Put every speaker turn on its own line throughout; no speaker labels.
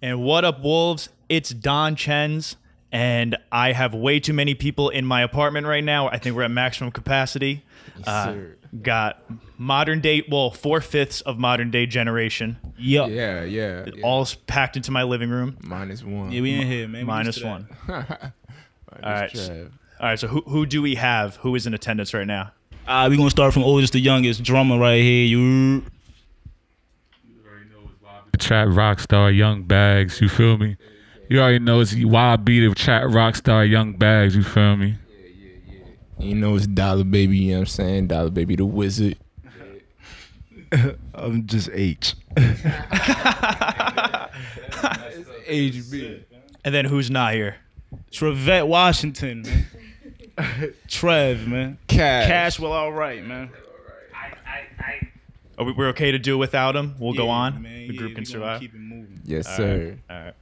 And what up, wolves? It's Don Chen's, and I have way too many people in my apartment right now. I think we're at maximum capacity. Uh, got modern day, well, four fifths of modern day generation,
Yup. Yeah.
Yeah, yeah. yeah.
all packed into my living room.
Minus one.
we in here, man. We
Minus
used to that.
one.
Minus
All right.
Trav.
All right. So who who do we have? Who is in attendance right now?
Ah, we gonna start from oldest to youngest. Drummer right here. You.
Chat Rockstar Young Bags, you feel me? You already know it's YB the Chat Rockstar Young Bags, you feel me?
You know it's Dollar Baby, you know what I'm saying? Dollar Baby the Wizard.
I'm just H.
HB.
And then who's not here?
Trevette Washington. Man. Trev, man.
Cash.
Cashwell, all right, man.
Are we, we're okay to do without him? We'll go
Yeah,
on. the
man. Yeah,
group
we
can
gonna
survive.
Keep it moving.
Yes, sir.
All right.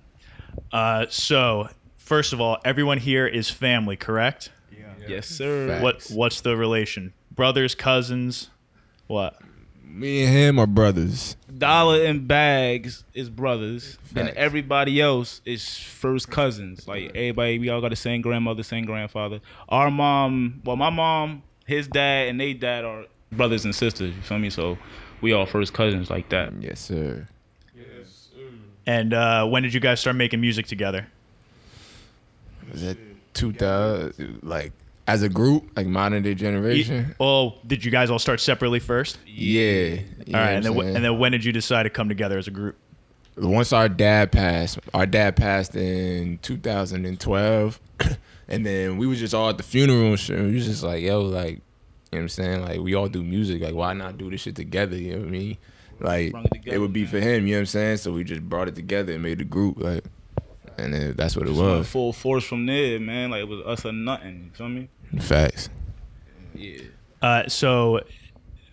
Uh, so first of all, everyone here is family, correct?
Yes, sir.
Fact.
What
Facts.
what's the relation? Brothers, cousins, what?
Me and him are brothers.
Dollar and Bags is brothers, and
Facts.
everybody else is first cousins. Like everybody, we all got the same grandmother, same grandfather. Our mom, well, my mom, his dad, and they dad are brothers and sisters. You feel me? So we all first cousins like that.
Yes, sir.
And uh, when did you guys start making music together?
Was that 2000? Like, as a group, like modern day generation?
Oh, did you guys all start separately first?
yeah.
all right, and then wh- and then when did you decide to come together as a group?
once our dad passed, our dad passed in 2012, and then we was just all at the funeral and shit. and We was just like, yo, like, you know what I'm saying? Like, we all do music. Like, why not do this shit together? You know what I mean? Like,
Brought it
it,
together,
would be
man.
for him. You know what I'm saying? So we just brought it together and made a group. Like, and then that's what it
Went
was.
Full force from there, man. Like it was us or nothing. You feel me?
Facts.
Yeah.
Uh, so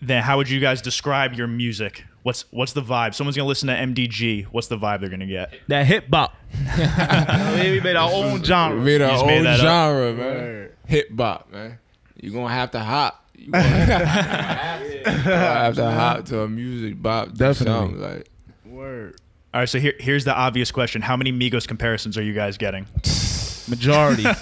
then how would you guys describe your music? What's what's the vibe? Someone's gonna listen to MDG. What's the vibe they're gonna get?
That hip hop. we made our own
We
genre.
made our
just
own
made that up.
genre, man. Hip hop, man. You gonna have to hop. You gonna have to hop to a music bop. do
Definitely.
something, Like,
Word.
All right, so here, here's the obvious question: How many Migos comparisons are you guys getting?
Majority.
I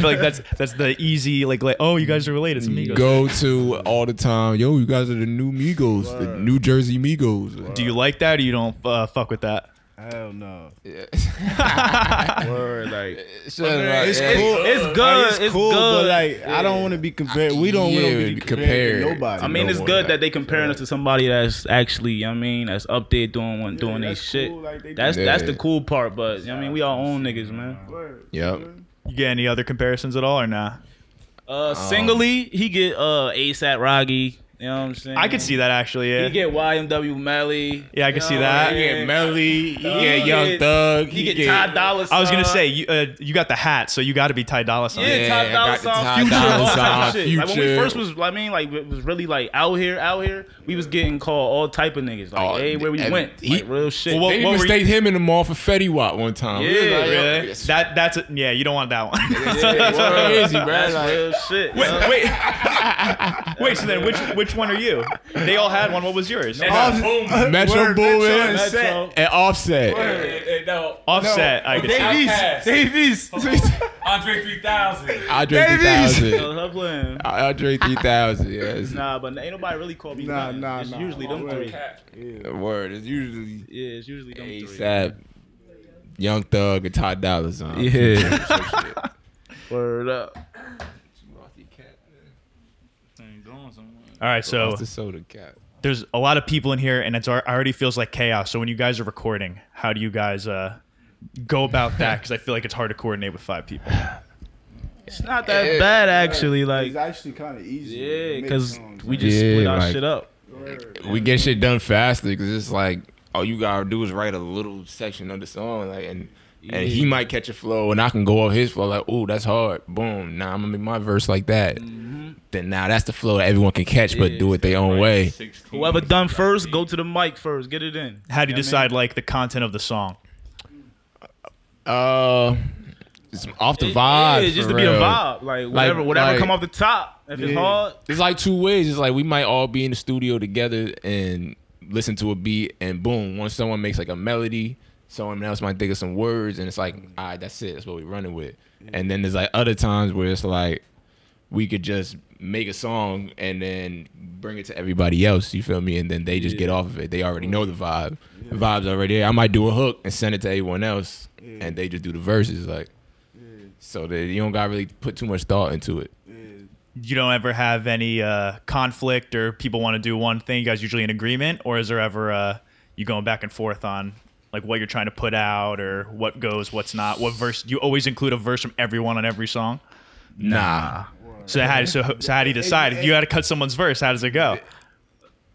feel like that's that's the easy like like oh you guys are related to Migos.
go to all the time. Yo, you guys are the new Migos, the New Jersey Migos.
Do you like that or you don't uh, fuck with that?
Hell no.
Word. Like
Shut up.
It's
Yeah.
cool.
it's good.
Like,
it's
cool,
good.
but like I don't want to be compared. We don't want
Yeah,
to be compared. to
compared.
Nobody.
I mean,
No
it's
one
good
got-
that they comparing us to somebody that's actually, you know what I mean, that's up there doing one, doing their
that's
shit.
cool, like, they
that's
do-
that's
Yeah.
the cool part, but you know what I mean, we all own niggas, man.
Yep.
You get any other comparisons at all or nah?
Uh, singly, he get uh ASAP Rocky. You know what I'm saying?
I could see that actually.
He
Yeah,
get YMW Melly.
yeah, I could see that.
He get
Melly, he
get Young
Thug,
He, get Ty Dolla.
I was gonna
Sign.
say you uh, you got the hat, so you got to be Ty Dolla Sign.
Yeah, Ty
Yeah,
Dolla
got the
Sign,
Ty
Future,
Dolla
all type of
Sign,
shit. Like when we
Future.
first was, I mean, like it was really like out here, out here. We was getting called all type of niggas, like
Oh,
hey, where we
and
went,
he-
like real shit.
Well, what-
They
were you-
mistaken him in the mall for Fetty Wap one time.
yeah,
We was like, yo,
really?
it's
That that's a, yeah. You don't want that one.
crazy, bro.
That's
Like,
real shit. yo.
wait, wait, wait. So then which which one are you? They all had one. What was yours?
Offset- Metro Boomin
Metro.
and Offset.
Offset. I could see.
Davies.
Andre 3000.
Andre
Davies.
3000.
Yo, stop playing.
Andre 3000. Yes.
Nah, but ain't nobody really called me.
Nah,
nothing.
nah,
It's
nah.
usually them
Word.
three.
Word. It's usually
Yeah, it's usually them three.
ASAP, Young Thug, and Ty Dolla Sign.
Yeah. Word up.
All right, so
It's the soda cap.
there's a lot of people in here and it's al- already feels like chaos so when you guys are recording how do you guys uh go about that because i feel like it's hard to coordinate with five people
It's not that bad actually. Like,
It's actually kind of easy.
yeah,
Mix
because
songs,
we
like,
just
Yeah,
split our
like-
shit up.
We get shit done faster because it's like all you gotta do is write a little section of the song, like and. And he might catch a flow, and I can go off his flow like, "Ooh, that's hard." Boom. Now nah, I'm gonna make my verse like that.
Mm-hmm.
Then now that's the flow that everyone can catch, but do it their own way.
Whoever done first, go to the mic first. Get it in.
how do you
Yeah, man.
decide like the content of the song
Uh, it's off the
It-
vibe.
Yeah, just
for
to be a
real.
vibe. Like whatever, whatever
like-
come off the top. If it's
Yeah.
hard,
It's like two ways. It's like we might all be in the studio together and listen to a beat, and boom, once someone makes like a melody, So and else might think of some words, and it's like, all right, that's it. That's what we're running with. And then there's like other times where it's like, we could just make a song and then bring it to everybody else. You feel me? And then they just get off of it. They already know the vibe. The vibe's already there. I might do a hook and send it to everyone else, and they just do the verses. Like, so that you don't got to really put too much thought into it.
You don't ever have any uh, conflict or people want to do one thing. You guys usually in agreement, or is there ever uh, you going back and forth on like what you're trying to put out or what goes, what's not, what verse? You always include a verse from everyone on every song.
Nah,
So how so, so how do you decide? If you had to cut someone's verse, how does it go?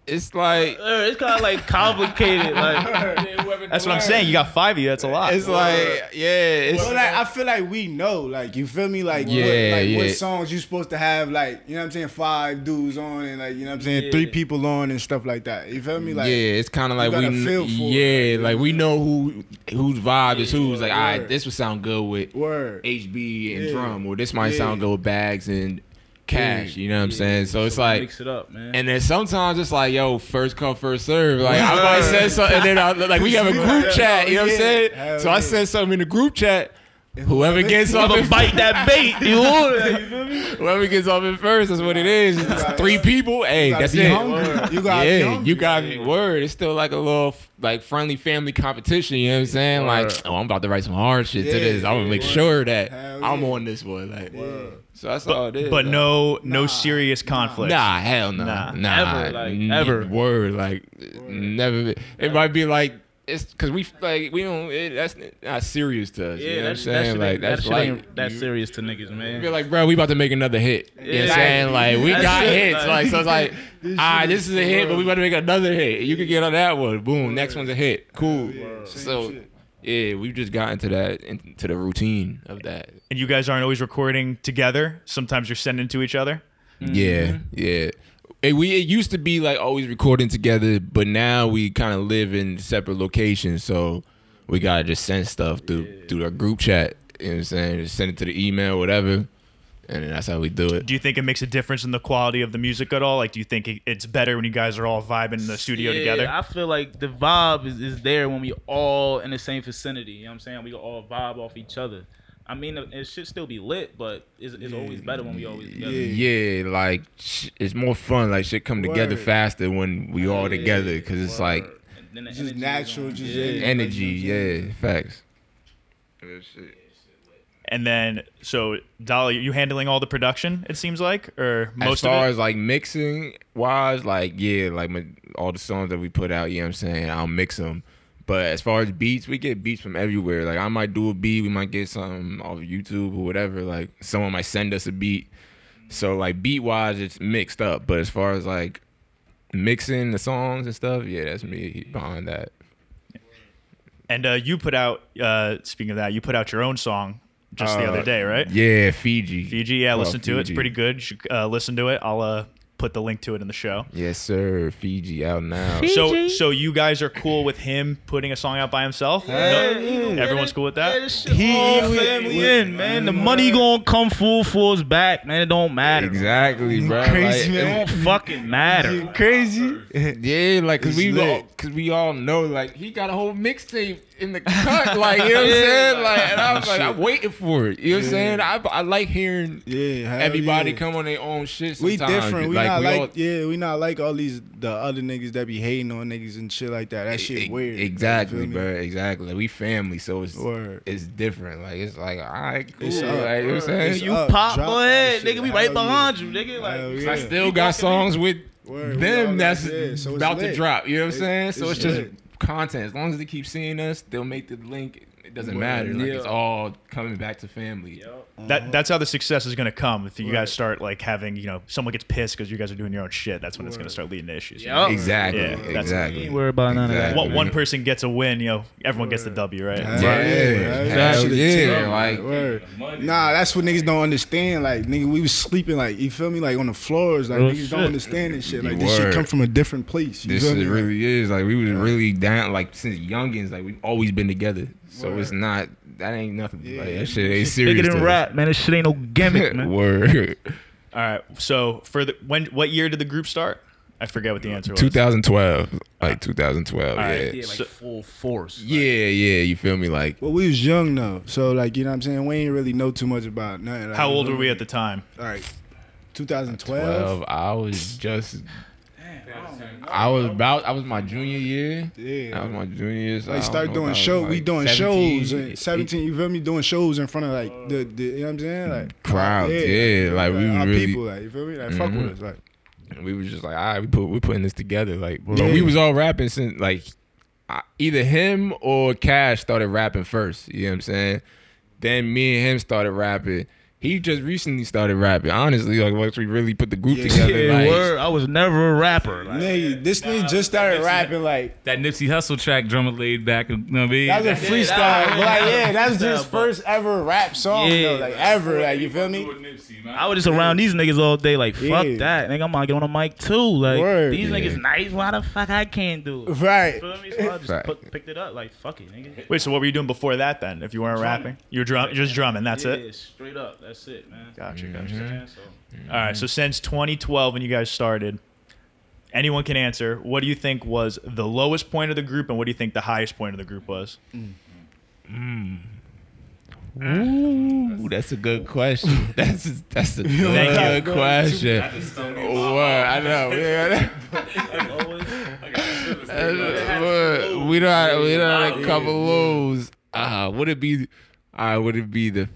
it's like
Uh, It's kind of like complicated. Like
That's what I'm saying. You got five of you. That's a lot.
it's like yeah, it's
But like I feel like we know, like you feel me, like
Yeah,
what, like what
yeah.
songs you supposed to have, like you know what I'm saying, five dudes on and like you know what I'm saying, three people on and stuff like that. You feel me, like
yeah, it's kind of like we
gotta
kn-
feel for
yeah,
it.
like we know who whose vibe is whose. Like, all right,
word.
this would sound good with
word.
HB and
Yeah.
drum, or this might
Yeah.
sound good with bags and cash. You know what I'm saying? So it's like.
mix it up, man.
And then sometimes it's like, yo, first come, first serve. Like I might send something, and then I, like we have a group chat. You know what I'm
Yeah.
saying?
Hell
So I
yeah.
send something in the group chat. Whoever gets something,
bite that bait. You want it?
whoever gets off it first, that's what it is. It's three people. Hey,
You gotta
that's
be
it.
hungry. You gotta be
yeah,
hungry.
you got me word. It's still like a little f- like friendly family competition. You know what I'm saying? Like, oh, I'm about to write some hard shit to
Yeah,
this. I'm gonna make
yeah.
sure that
Hell
I'm
yeah.
on this one. Like,
Word.
so that's all it
but,
is.
but
like.
no no serious conflict.
Nah, hell no.
Nah.
Nah.
Ever, like,
N-
ever.
Word, like, never. It might be like, it's because we, like, we don't, it, that's not serious to us.
Yeah,
you know what I'm
that, shit- that
saying?
shit
like,
ain't, that
that's
shit
like,
ain't that serious to niggas, man.
Be like, bro, we about to make another hit. You know what I'm
Yeah.
saying? Like, we
That's
got
it,
hits.
like-
Like, so it's like, ah, this is a hit, but we about to make another hit. You could get on that one. Boom, next one's a hit. Cool. So, yeah, we just got into that, into the routine of that.
And you guys aren't always recording together. Sometimes you're sending to each other.
Yeah, yeah. It, we it used to be like always recording together, but now we kind of live in separate locations, so we gotta just send stuff through through our group chat. You know what I'm saying? Just send it to the email, whatever, and then that's how we do it.
Do you think it makes a difference in the quality of the music at all? Like, do you think it- it's better when you guys are all vibing in the studio
Yeah,
together?
I feel like the vibe is, is there when we all in the same vicinity. You know what I'm saying? We all vibe off each other. I mean, it- it should still be lit, but it's, it's always better when we always together.
Yeah, like sh- it's more fun. Like shit come together
Word.
faster when we all together, cause it's like
And then the
Just
energy is
natural,
on.
just
yeah.
energy. Yeah, facts.
and then, so Dolly, you handling all the production? It seems like, or most
as far
of it.
as like mixing wise, like yeah, like my, all the songs that we put out, you know what I'm saying? I'll mix them. But as far as beats, we get beats from everywhere. Like I might do a beat, we might get something off of YouTube or whatever. Like someone might send us a beat. So like beat wise, it's mixed up. But as far as like mixing the songs and stuff, yeah, that's me behind that.
and uh, you put out. Uh, speaking of that, you put out your own song just the
Uh,
other day, right?
Yeah, Fiji.
Fiji. Yeah,
Oh,
listen to it. It's
Fiji.
pretty good. You should, uh, listen to it. I'll uh, put the link to it in the show.
Yes, sir. Fiji out now.
So, so you guys are cool with him putting a song out by himself? No- everyone's cool with
Uh,
Yeah,
that.
this shit all
we-
family
we-
in, man. The money gonna come full force back, man. It don't matter.
Exactly, bro. Like,
Crazy,
It
man.
don't fucking matter.
Crazy.
Yeah, like cause
It's
we
lit.
all, cause we all know like he got a whole mixtape in the cut, like you know what I'm saying. Like and I was
oh,
like, I'm waiting for it. You know what I'm saying? I, I like hearing
Yeah, hell
everybody
yeah.
come on their own shit.
We
sometimes.
different. We not
we
like
all-
yeah. We not like all these the other niggas that be hating on niggas and shit like that. That
e-
shit weird.
Exactly,
You feel
bro.
me?
Exactly. Like, we family, so it's
Word.
it's different. Like it's like all right, cool.
It's
like,
up.
you know what I'm saying?
It's
You
up.
pop,
Drop
go
that
ahead,
shit.
nigga. We right
Hell
behind
yeah.
you, nigga.
Hell
Like,
yeah.
I still got songs with
Word, we
them
all
that's
like, yeah, so it's
about to
lit.
drop. You know what I'm saying? So
It's
it's, just
lit.
content. As long as they keep seeing us, they'll make the link. It doesn't matter. Like it's all coming back to family.
That that's how the success is going to come if you guys start like having you know someone gets pissed because you guys are doing your own shit. That's when it's going to start leading to issues. you know?
Yup.
Exactly.
Yeah, that's-
exactly.
Ain't worried about none of that.
One, one person gets a win, you know, everyone gets the W, right?
Hell
Yeah,
yeah,
hell
hell
yeah, like-
word. nah, that's what niggas don't understand. Like, nigga, we was sleeping, like, you feel me, like on the floors. Like, niggas don't understand this shit. Like, this shit
Word.
come from a different place. You
This
feel
is,
me?
really is like we was really down like since youngins like we've always been together so it's not that ain't nothing like that shit ain't serious
Bigger
to
than
us.
rap, man. This shit ain't no gimmick, man.
word
All right. So for the when what year did the group start? I forget what the answer was.
2012, like 2012.
right.
Yeah.
Yeah, like full force.
Yeah, yeah. You feel me? Like
Well, we was young though, so like you know what I'm saying. We ain't really know too much about nothing. Like,
How old were we at the time?
All right, 2012.
12. I was just. I was about. I was my junior year.
Yeah.
I was my junior year. So I
Like
don't
start
know,
doing
I was
show. we
like
doing
17,
shows
eight-
and 17. You feel me? Doing shows in front of like the, the you know what I'm saying like
Crowds, yeah, like, we was really-
our
Mm-hmm.
people like you feel me like fuck with us like
we was just like, all right, we put we putting this together. Like, but we was all rapping since like I, either him or Cash started rapping first. You know what I'm saying? Then me and him started rapping. He just recently started rapping. Honestly, like once we really put the group together, like,
I was never a rapper. Like,
nigga this nigga just started rapping like
That Nipsey Hustle track, drummer laid back. You know what I mean?
That was a freestyle. but like, yeah, that's his
freestyle, but-
first ever rap song,
Yeah.
though. Like, ever. Like, you feel me?
I was just around these niggas all day, like fuck
Yeah.
that. Nigga, I'm gonna get on a mic too. Like
Word.
these niggas nice. Why the fuck I can't do it?
Right.
Feel me? So I just
Right.
put, picked it up. Like fuck it, nigga.
Wait, so what were you doing before that then? If you weren't rapping, you were drum, just drumming. That's
yeah,
it.
straight up. That's it, man.
Gotcha,
You know what I'm
gotcha.
saying? So,
All right. So since 2012, when you guys started, anyone can answer. What do you think was the lowest point of the group, and what do you think the highest point of the group was?
Ooh, that's a good question. That's a, that's a
Thank
good question. Word, I know. Yeah,
like always,
that's- word. We don't. We don't have a couple lows. Uh, would it be? Uh, would it be the?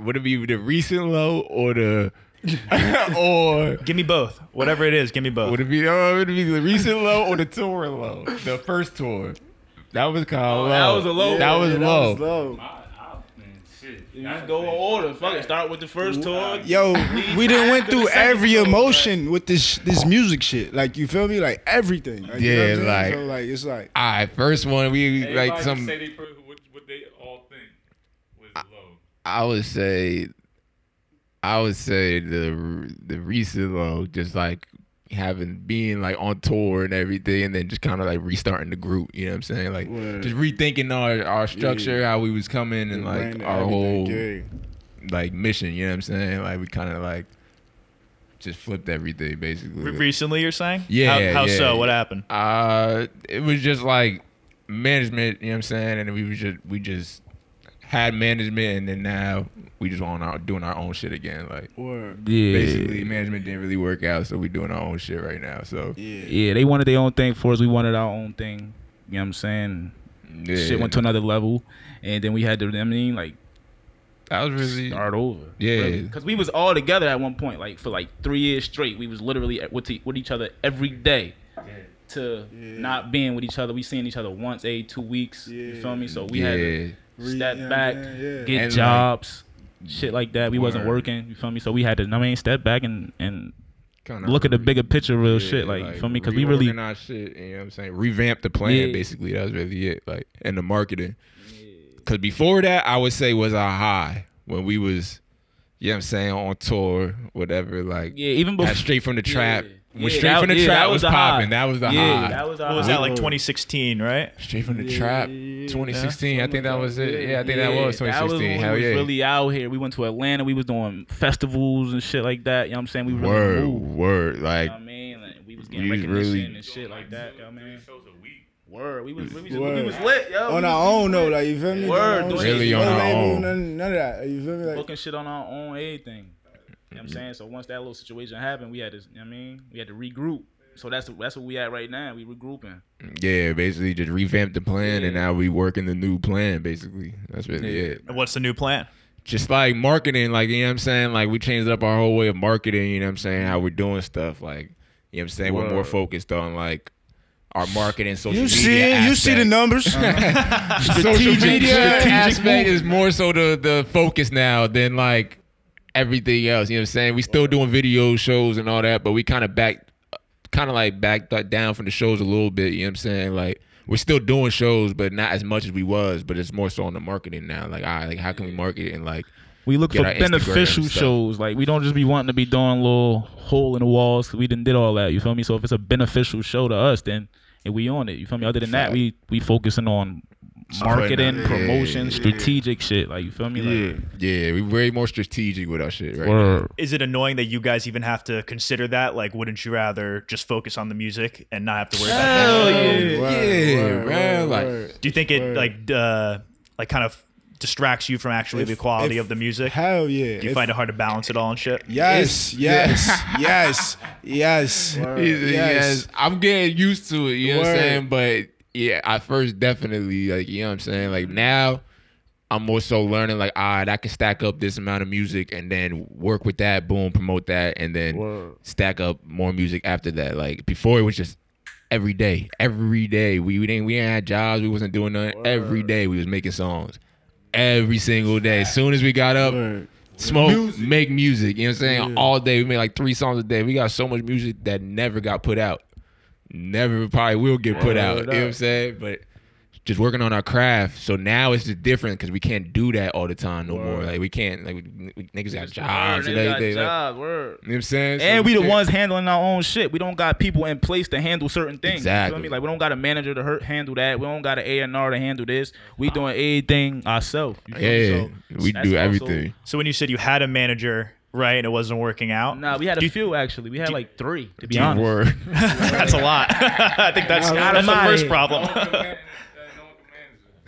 Would it be the recent low or the? or
Give me both. Whatever it is, give me both.
would it be? Oh, would it be the recent low or the tour low? The first tour. That was kind of low.
that was a low
That
one.
was
Yeah, that
low.
was low.
just go in order. Fuck it. Start with the first
uh,
tour.
Yo, we done went through
second
every
song,
emotion with this this music shit. Like, you feel me? Like, everything. Like, you
Yeah,
know what I'm saying?
like-
So, like, it's like,
All right, first one we like some.
Say they, per- what, what they all think was low.
I would say, I would say the the recent low, just like having being like on tour and everything, and then just kind of like restarting the group. You know what I'm saying? Like
Word.
just rethinking our our structure, how we was coming, and like
brand
our
everything,
whole
yeah.
like mission. You know what I'm saying? Like we kind of like just flipped everything basically.
Re- recently, you're saying?
Yeah,
How, how
yeah,
so? What
yeah.
happened?
Uh, it was just like management. You know what I'm saying? And we was just we just had management, and then now we just on our doing our own shit again. Like
Word.
Yeah.
basically, management didn't really work out, so we doing our own shit right now. So
Yeah.
Yeah, they wanted their own thing for us. We wanted our own thing. You know what I'm saying?
yeah,
Shit went to another level, and then we had to. I mean, like
that was really
start over.
Yeah.
because we was all together at one point, like for like three years straight. We was literally at, with, t- with each other every day. To not being with each other, we seeing each other once every two weeks. You
Yeah.
feel me? So we
yeah.
had to
Re-
step
yeah,
back,
yeah, yeah.
get
And, like,
jobs, shit like that. We wasn't
Word.
working. You feel me? So we had to. I mean, step back and and
Kinda
look at the
re-
bigger picture, real
yeah,
shit. Like, you feel me? Because we really
reorganize shit. You know what I'm saying? Revamp the plan.
Yeah.
Basically, that was really it. Like and the marketing. Because before that, I would say was our high when we was, you know what I'm saying, on tour, whatever. Like
yeah, even
got
before
straight from the trap.
Yeah.
When
Yeah,
straight
that-
from the
yeah, that
trap
was
was,
the high.
popping. That was the high.
yeah, that was
What
our
was that like
Word.
2016, right?
straight from the trap. 2016. I think that was it. Yeah, I think that
Yeah,
was 2016.
when
Hell
we was
yeah.
really out here. We went to Atlanta. We was doing festivals and shit like that. You know what I'm saying? We really
word,
moved.
word. Like
You know what I mean? Like, we was getting
We was
recognition
really-
and shit like that. You know what I mean?
Shows a week.
Word. We was, we was,
Word.
We was lit, yo.
On
we
our
was
own, though. Like, you feel me?
Word,
Our own
doing
shit.
Really
No
on our
label,
own.
None, none of that. You feel me? Like,
Booking shit on our own, everything. You know what I'm saying? So once that little situation happened, we had to, you know what I mean? We had to regroup. So that's that's what we at right now. We regrouping.
yeah, basically just revamped the plan, and
Yeah.
now we working the new plan. Basically, that's really
Yeah.
it.
And What's the new plan?
just like marketing, like you know what I'm saying? Like we changed up our whole way of marketing, you know what I'm saying, how we're doing stuff, like you know what I'm saying? We're more
Word.
focused on like our marketing social
you
media.
see it. You see the
aspect.
numbers.
Social media
strategic
aspect is more so the the focus now than like everything else. You know what I'm saying? We still doing video shows and all that, but we kind of back, kind of like backed that down from the shows a little bit. You know what I'm saying? Like we're still doing shows, but not as much as we was. But it's more so on the marketing now. Like, all right, like how can we market it and like
We look
Get
for
our Instagram
beneficial
stuff.
shows. Like we don't just be wanting to be doing little hole in the walls. 'cause we didn't did all that. You feel me? So if it's a beneficial show to us, then and we on it. You feel me? Other than that, we we focusing on marketing,
Yeah,
promotion,
yeah,
strategic shit. Like you feel me? Like,
Yeah, yeah, we way more strategic with our shit right now.
Word.
Is it annoying that you guys even have to consider that? Like, wouldn't you rather just focus on the music and not have to worry about that?
Hell yeah,
Word, word,
man.
word,
like,
word.
Do you think it like uh, like kind of distracts you from actually the
If-
quality
if-
of the music?
hell yeah.
Do you
If-
find it hard to balance it all and shit?
Yes, yes, yes, yes, yes,
Yes. I'm getting used to it. You know
Word.
what I'm saying? But yeah, I first definitely like you know what I'm saying. Like now, I'm also learning like all right, I can stack up this amount of music and then work with that, boom, promote that, and then
Word.
stack up more music after that. Like before, it was just every day, every day. We, we didn't we didn't have jobs. We wasn't doing nothing. Every day we was making songs. Every single day. As soon as we got up,
Word.
smoke, make music. You know what I'm saying? All day. We made like three songs a day. We got so much music that never got put out. Never probably will get put out. You know what I'm saying? But just working on our craft. So now it's just different because we can't do that all the time no more. Like we can't like we, we- niggas got jobs and
They got
everything. Like,
jobs, word.
you know what I'm saying? So
And we the
can't-
ones handling our own shit. We don't got people in place to handle certain things. You feel
Exactly.
me? Like we don't got a manager to hurt, handle that. We don't got an A and R to handle this. We doing everything ourselves. You feel me?
Yeah,
So,
we
that's
do
also-
everything.
So when you said you had a manager, right, and it wasn't working out,
Nah, we had
Do
a
you-
few actually. We had like three to be
Good
honest.
word.
that's a lot. I think that's,
Nah,
that's the
outta
first
here.
problem.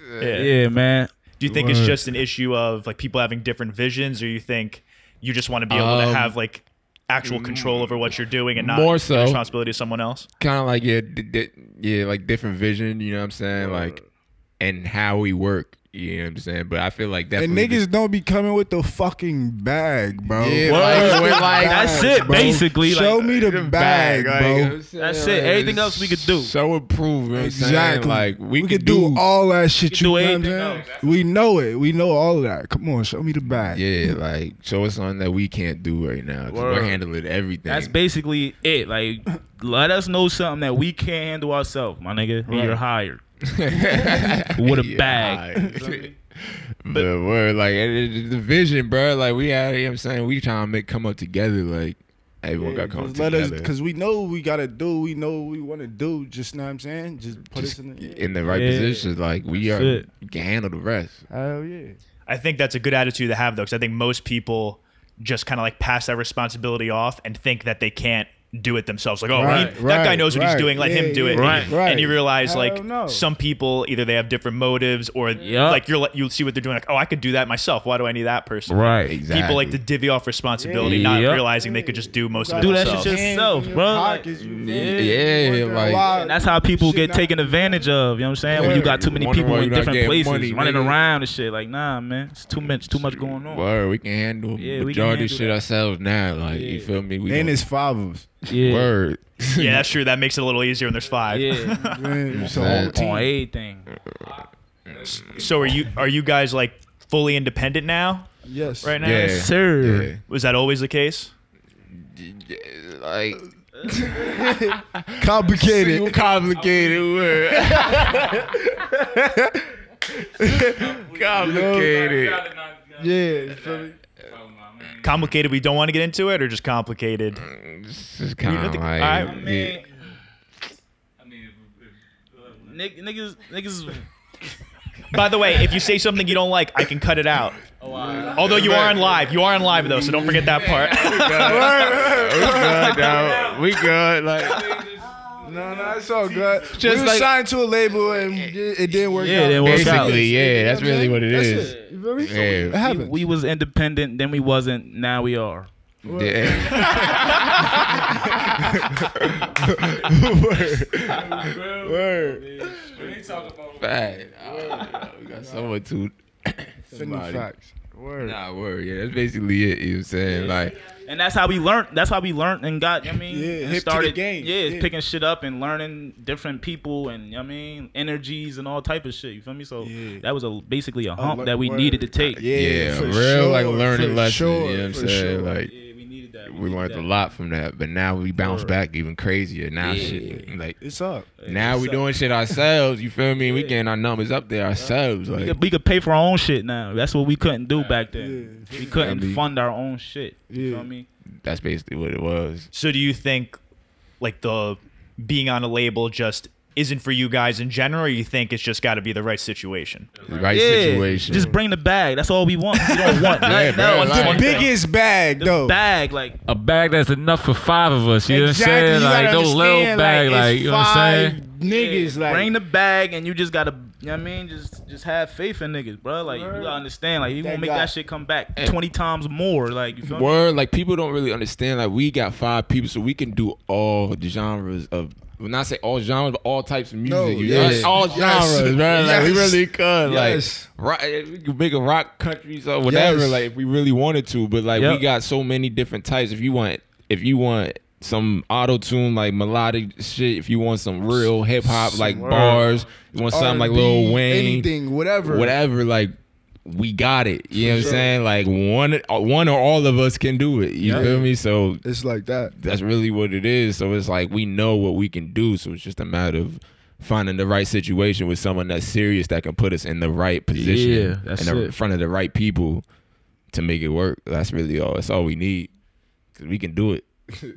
Yeah.
Yeah, man.
Do you think it's
Word.
just an issue of like people having different visions, or you think you just want to be able to
Um,
have like actual control over
mm,
what you're doing and not
more
the
so.
responsibility of someone else?
kind of like yeah, di- di- yeah, like different vision. You know what I'm saying? Like, and how we work. You know what I'm saying? But I feel like that.
And niggas don't be coming with the fucking bag, bro.
Yeah,
Word.
like, we're
Bags,
like-
That's it, basically,
Show
like-
me the bag, bro.
That's it. Everything else we could do.
So improve. You know what I'm saying?
Exactly.
Like we,
we
could,
can do,
do.
all that shit. You
do
know what I'm
anything
saying?
else.
We know it. We know all of that. Come on, show me the bag.
Yeah, like show us something that we can't do right now. 'cause We're
Word.
handling everything.
That's basically it. Like, let us know something that we can't handle ourselves, my nigga. and You're hired. What a bag.
but we're like it- it- it- the vision, bro. Like we out here. you know what I'm saying we trying to make come up together. Like everyone got come up
Just let us,
together.
because we know what we gotta do. We know what we want to do. Just know what I'm saying. Just put us in the
in the right
Yeah.
position, like we
That's
are
it.
we can handle the rest.
hell yeah.
I think that's a good attitude to have though, because I think most people just kind of like pass that responsibility off and think that they can't do it themselves. Like, oh,
Right,
he- that guy
right,
knows what
right.
he's doing. Let
Yeah,
him do
yeah,
it.
Right.
And,
right.
and you realize
Hell
like
no.
some people either they have different motives or
Yeah.
like you're you see what they're doing. Like, oh, I could do that myself. Why do I need that person?
Right.
Exactly.
People like to divvy off responsibility, not
Yeah.
realizing they could just do most of it
Do that
themselves.
shit yourself,
Hand in your
bro.
pockets, you feel
Yeah,
me?
like-
Why-
And that's how people
Uh, Shit
get
not-
taken advantage of. You know what I'm saying? When you got too many
Wonder
people
why
in
you not
different
getting
places
money,
running
nigga.
around and shit. Like, nah, man. It's too much. Too much going on.
Word, we can handle
Yeah, we can
majority of
handle
shit
that.
ourselves now. Like you feel me? We
And
don't-
it's fathers.
Yeah.
word.
Yeah, that's true. That makes it a little easier when there's five.
Yeah.
Man, it's a
Man.
whole
On
team.
everything.
So are you are you guys like fully independent now?
Yes.
Right now,
Yeah.
Sir.
Yeah.
was that always the case?
Like
Complicated.
complicated word. complicated.
Yeah. you feel me?
Complicated. We don't want to get into it, or just complicated.
It's just kind
I
of
think-
like
I
I
yeah.
mean, nigg- niggas, niggas.
By the way, if you say something you don't like, I can cut it out. Although you are on live, you are on live though, so don't forget that part.
we good, dog. We good. Like
No, no, it's all good.
Just
we were
like-
signed to a label and it, it didn't work
Yeah, it
out.
didn't work out.
basically, yeah. That's really what it
That's
is.
it. You feel me?
Yeah.
It
We,
happened.
we was independent, then we wasn't. Now we are.
Yeah. Fact. Oh, we got someone to
Finna facts. Word.
Nah, word. Yeah, that's basically it. You know what I'm saying? Like,
And that's how we learned. That's how we learned and got. You know what I mean,
Yeah,
And
hip to the game.
Yeah,
Yeah.
picking shit up and learning different people and you know what I mean energies and all type of shit. You feel me? So
Yeah.
that was a basically a hump
lear-
that we
word.
needed to take.
Yeah,
yeah,
for
real
sure,
like learning
for
lessons.
Sure,
you know what I'm
for
saying?
Sure.
Like,
Yeah, we needed that.
we
needed
learned
that.
a lot from that, but now we bounce back even crazier. Now shit, like
it's up.
now we doing shit ourselves. You feel me? We getting our numbers up there ourselves.
We
Like,
could, we could pay for our own shit now. That's what we couldn't do back then.
Yeah.
We couldn't
I mean-
fund our own shit. You
Yeah.
feel me?
that's basically what it was.
So do you think, like the being on a label just isn't for you guys in general, or you think it's just got to be the right situation?
Right
Yeah,
situation.
just bring the bag. That's all we want. We don't want
Yeah,
like, no,
bro,
just
like-
one thing.
Biggest bag
The
though.
bag. Like
a bag that's enough for five of us. You
Exactly.
know what
You
I'm saying? Like
gotta
no little
understand,
bag. Like,
it's
you know what I'm
five
saying?
Niggas
Yeah,
like
bring the bag and you just gotta you know what I mean just just have faith in niggas, bro. Like you gotta understand, like you
That
gonna make
guy-
that shit come back twenty times more. Like you feel me?
Word, like people don't really understand. Like we got five people, so we can do all the genres of. When I say all genres, but all types of music.
No,
you
yes.
know? all
Yes.
genres, bro. Like we
Yes.
really could,
Yes.
like, rock, eh, we could make a rock country or whatever,
Yes.
like if we really wanted to. But like
Yep.
we got so many different types. If you want, if you want some auto tune like melodic shit, if you want some real hip hop like bars, you want something like Lil
R&B,
Wayne,
anything, whatever.
whatever, like we got it. You know what I'm saying? Like one one or all of us can do it. You feel me? So
It's like that.
that's really what it is. So it's like we know what we can do. So it's just a matter of finding the right situation with someone that's serious that can put us in the right position
Yeah, that's
in the,
it.
front of the right people to make it work. That's really all. That's all we need. Cause we can do it.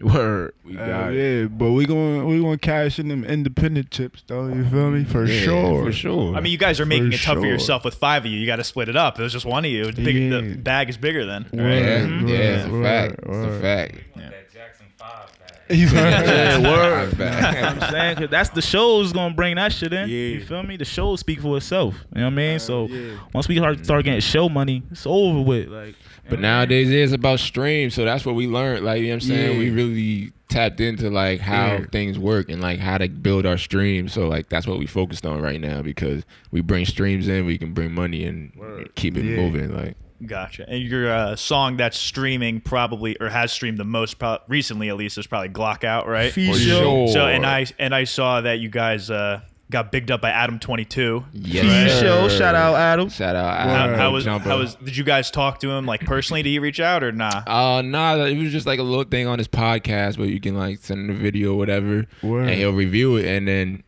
Word. We
Uh,
got it.
yeah, but we going we going to cash in them independent chips though. You feel me? For
Yeah,
sure.
For sure.
I mean, you guys are making
For
it tough for
sure.
yourself with five of you. You got to split it up. It was just one of you. The, big,
Yeah.
the bag is bigger then.
yeah,
Word,
yeah, it's a
word,
fact. It's a
word.
fact.
That Jackson 5 bag.
Yeah, word.
You know what I'm saying? 'Cause that's the show's gonna bring that shit in.
Yeah.
You feel me? The show speak for itself. You know what I mean? So once we hard- start getting show money, it's over with. Like
But nowadays it's about streams, so that's what we learned. Like you know what I'm saying?
Yeah.
We really tapped into like how
Yeah.
things work and like how to build our streams. So like that's what we focused on right now because we bring streams in, we can bring money and keep it
Yeah.
moving. Like
Gotcha. And your uh, song that's streaming probably or has streamed the most pro- recently, at least, is probably Glock Out, right?
For
sure.
So and I and I saw that you guys uh, got bigged up by Adam Twenty Two.
yes,
Fee
sir.
show, shout out Adam.
shout out.
How,
Adam
how was
Jumper.
how was? Did you guys talk to him like personally? Did he reach out or nah?
Uh, nah, it was just like a little thing on his podcast where you can like send him a video or whatever,
Word.
and he'll review it, and then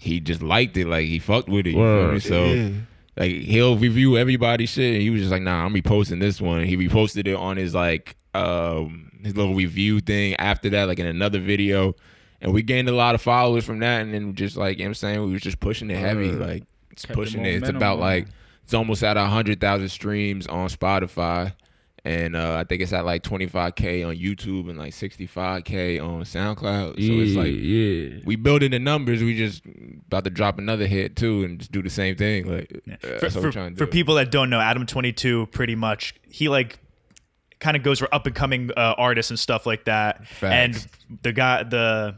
he just liked it, like he fucked with it. You feel me? So
Yeah.
like he'll review everybody's shit, and he was just like, "Nah, I'm reposting this one." And he reposted it on his like um his little review thing after that, like in another video, and we gained a lot of followers from that, and then just like you know what I'm saying, we was just pushing it heavy, like it's
Kept the
pushing it. It's
momentum
about
going.
like it's almost at hundred thousand streams on Spotify, and uh, I think it's at like twenty five k on YouTube and like sixty five k on SoundCloud. So it's like
yeah.
we building the numbers. We just about to drop another hit too, and just do the same thing. Like uh,
for,
that's what
for-
we're trying to
for
do.
people that don't know, Adam Twenty Two pretty much he like kind of goes for up and coming uh, artists and stuff like that.
Facts.
And the guy, the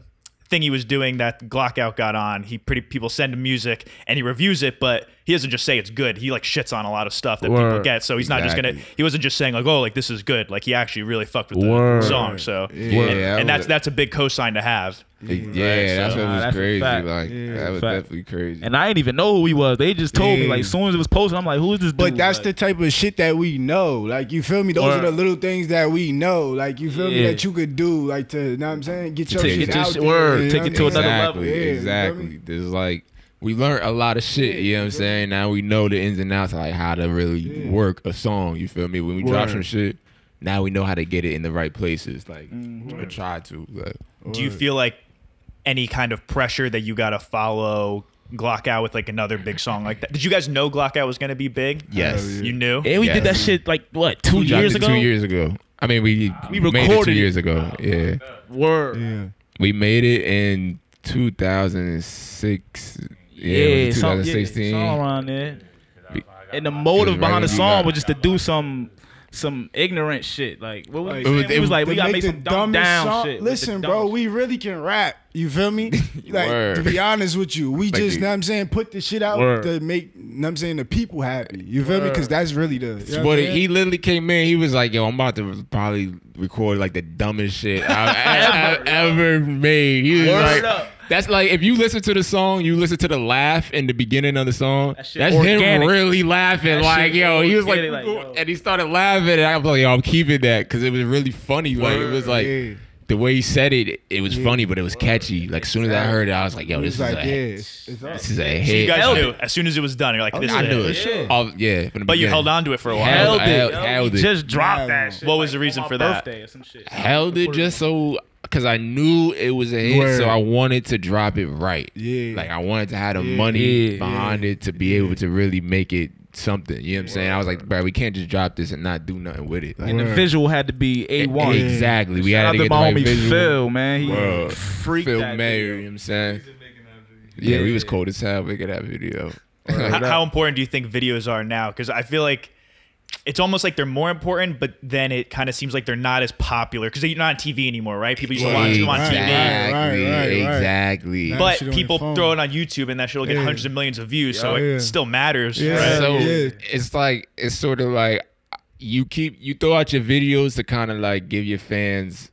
thing he was doing that Glock out got on, he pretty people send him music and he reviews it, but he doesn't just say it's good. He like shits on a lot of stuff that people
Word.
get. So he's not just gonna.
Exactly.
He wasn't just saying like, oh, like this is good. Like he actually really fucked with the
Word.
song. So
Yeah,
and,
that
and that's
was-
that's a big cosign to have.
yeah, that's
so-
what
Nah,
was
that's a
crazy.
fact.
Like that was
Fact.
definitely crazy.
And I didn't even know who he was. They just told me
Yeah.
like as soon as it was posted, I'm like, who is this dude?
But that's
Like,
the type of shit that we know. Like you feel me? Those
Word.
are the little things that we know. Like you feel me?
Yeah.
That you could do. Like to, you know what I'm saying? Get your
Take
shit
it to
out
sh-
there,
word,
you
take
know
it
what
to
I'm saying?
another level.
exactly,
Yeah, you feel me?
exactly. This is like we learned a lot of shit. You know what I'm saying? Now we know the ins and outs, like how to really work a song. You feel me? When we drop
Word.
some shit, now we know how to get it in the right places. Like
Mm-hmm.
or try to. Like,
Do you feel like any kind of pressure that you got to follow Glock out with like another big song like that? Did you guys know Glock out was going to be big?
Yes.
You knew?
and we did
Yeah.
that shit like what two
We dropped
years
it
ago. Ah.
Two years ago. I mean, we
We
made it two
recorded it. Ah.
years ago. Yeah,
Word.
Yeah.
we made it in 2006. Yeah, it was
some-
2016.
yeah, song around there. And the motive
right
behind the
when you
song
got-
was just to do some some ignorant shit. Like what was
Like,
it?
it
was-
Was,
it was-
like
To
we gotta make
make
some
the
dumb
dumbest
down
song-
shit.
Listen, bro, we really can rap. You feel me? Like to
Word.
be honest with you, we just,
you.
know what I'm saying, put the shit out
Word.
to make, know what I'm saying, the people happy. You feel me? Because that's really the. you know
It's
what
what
I'm
it-
saying?
he literally came in. He was like, "Yo, I'm about to probably record like the dumbest shit I've, I've ever made." He was
Word
like,
up.
"That's like if you listen to the song, you listen to the laugh in the beginning of the song.
shit
That's him
organic.
really laughing.
That
like,
shit
yo, he was like,
organic, like, yo.
and he started laughing. And I was like, yo, I'm keeping that because it was really funny. Like, it was like."
Yeah.
The way he said it, it was funny, but it was catchy. Like, as soon as I heard it, I was like, "Yo, this
It's
is
like,
a,
yeah, it's, it's up.
this is a
So you
hit."
guys
Held
knew as soon as it was done. You're like, this
I
is
knew
it.
it. Oh, yeah, from the
But you
beginning.
held on to it for a while.
Hell-
held it.
Held-
yo.
held
We
it.
Just dropped
Hell.
that shit.
What was
like,
the reason
on my
for that?
Birthday or some shit.
held it just so because I knew it was a hit,
Word.
so I wanted to drop it right.
Yeah.
like I wanted to have the money
Yeah.
behind it to be able to really make it something. You know what I'm saying? I was like, bro, we can't just drop this and not do nothing with it. Like,
And the
Word.
visual had to be a one.
Exactly. We had
Shout out
to
to
get the
my
right
homie
visual.
Phil, man. He
Word.
freaked
Phil
that
Mayer. You
video.
know what I'm saying?
making that video.
Yeah, we was cold as hell. We could have video.
How, how important do you think videos are now? Because I feel like it's almost like they're more important, but then it kind of seems like they're not as popular because you're not on TV anymore, right? People used to watch them on
Right,
TV,
right, right,
Exactly.
right.
Exactly.
Now
but
shit on your
people
phone.
throw it on YouTube and that shit will get
Yeah.
hundreds of millions of views, so
Yeah.
it still matters.
Yeah.
Right?
so
yeah.
it's like it's sort of like you keep you throw out your videos to kind of like give your fans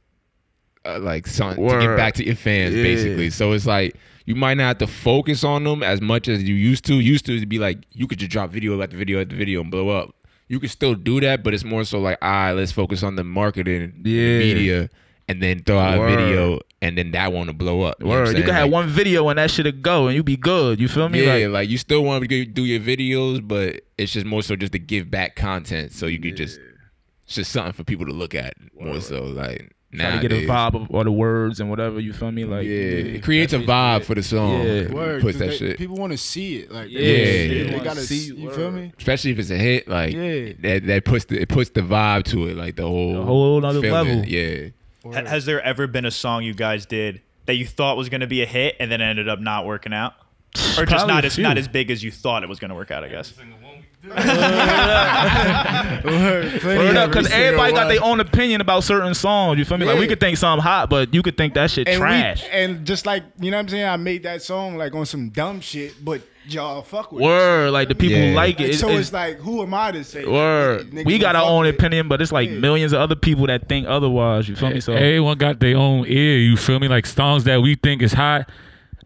uh, like something to get
Word.
back to your fans basically so it's like you might not have to focus on them as much as you used to used to it'd be like you could just drop video after video after video and blow up you could still do that but it's more so like all right let's focus on the marketing the
Yeah.
media and then throw out
Word.
a video and then that want to blow up know what I'm
Word. You
saying?
can have
Like,
one video and that shit'll go and you be good. You feel me?
yeah,
Like,
like, you still want to do your videos, but it's just more so just to give back content, so you could just it's just something for people to look at more so like
try
now
to get a vibe of all the words and whatever. You feel me?
Yeah,
Like,
it creates a vibe for the song.
Yeah.
Yeah.
Word,
puts
'cause
that
they-
shit,
People want to see it. Like,
Yeah.
they,
Yeah.
gotta
See
see.
you,
You feel
word.
me?
especially if it's a hit. Like
Yeah.
that, that puts the it puts the vibe to it, like the whole
A whole nother
feeling.
level.
Yeah,
Ha- Has there ever been a song you guys did that you thought was going to be a hit and then ended up not working out, or just
Probably
not
a
as
few.
not as big as you thought it was going to work out? I guess.
Single one we did.
Word
because everybody got their own opinion about certain songs. You feel me? Like we
"Oh, Yeah.
could think something hot, but you could think that shit
and we-
trash.
and just like you know what I'm saying, I made that song like on some dumb shit, but y'all fuck with it.
Word, like the people who
Yeah.
like
Like,
it. it-
so
it-
it's, like, who am I to say?
word.
Nigga,
we
you
got our
fuck
own
with it.
opinion, but it's like
Yeah.
millions of other people that think otherwise. You feel me? So
Everyone got their own ear, you feel me? Like songs that we think is hot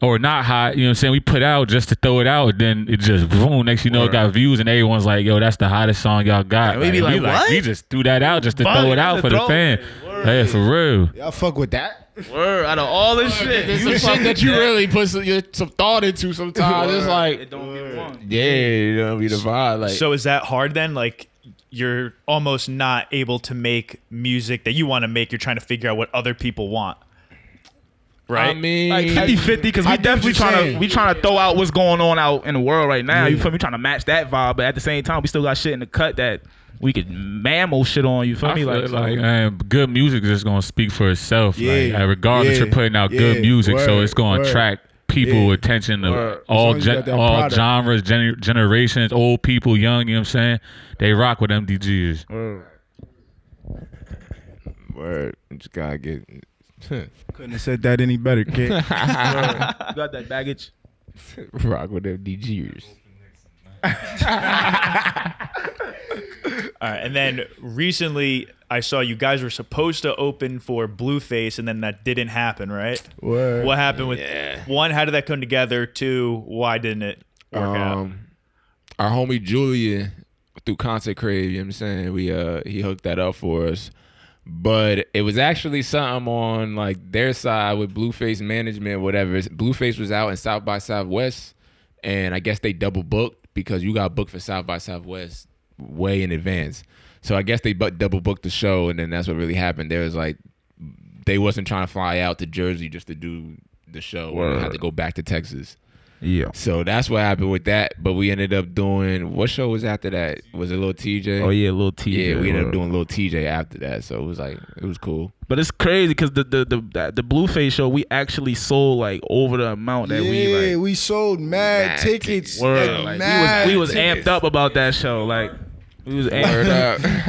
or not hot, you know what I'm saying? We put out just to throw it out, then it just boom, next you know it got views and everyone's like, yo, that's the hottest song y'all got.
And we be like, what?
we just threw that out just to
Bug
throw it
it,
out
just
for the
throw
fan.
it.
Yeah, for real.
Y'all fuck with that?
word out of all this shit,
some shit that you really put some, your- some thought into sometimes. It's like
don't get one.
yeah, you know, be the vibe. Like
So is that hard then? Like you're almost not able to make music that you want to make. You're trying to figure out what other people want.
I
Right?
mean,
Like 50 50 because we
get what
definitely
you're
trying to
saying.
we trying to throw out what's going on out in the world right now. You feel me? Trying to match that vibe, but at the same time, we still got shit in the cut that we could mammal shit on. You feel
I
me?
feel
Like,
like,
so-
man, good music is just gonna speak for itself. Like,
Yeah.
uh, regardless,
Yeah.
you're putting out
Yeah.
good music, so
Word.
it's gonna
Word.
attract people
Yeah.
attention to
Word.
all
long as you got
gen-
that
all
product.
genres, gen- generations, old people, young. You know what I'm saying? They rock with MDGs.
word, just gotta get
Couldn't have said that any better, kid.
you got that baggage.
rock with MDGers.
All right. And then recently I saw you guys were supposed to open for Blueface and then that didn't happen, right?
Word.
What happened with one, how did that come together? Two, why didn't it work out?
Um, our homie Julian through Concert Crave, you know what I'm saying? We uh he hooked that up for us. But it was actually something on like their side with Blueface management, whatever. Blueface was out in South by Southwest, and I guess they double booked because you got booked for South by Southwest way in advance. So I guess they bu- double booked the show, and then that's what really happened. There was like they wasn't trying to fly out to Jersey just to do the show. They had to go back to Texas.
Yeah.
So that's what happened with that. But we ended up doing what show was after that? Was it little TJ?
Oh yeah, little T.
Yeah, we ended up
word.
doing little TJ after that. So it was like it was cool.
But it's crazy because the the the that- the Blueface show we actually sold like over the amount that
yeah,
we
we,
like.
sold mad,
Mad
tickets.
tickets.
Word,
like,
like,
mad
we was we was
tickets.
amped up about that show. Like we was
Word
amped.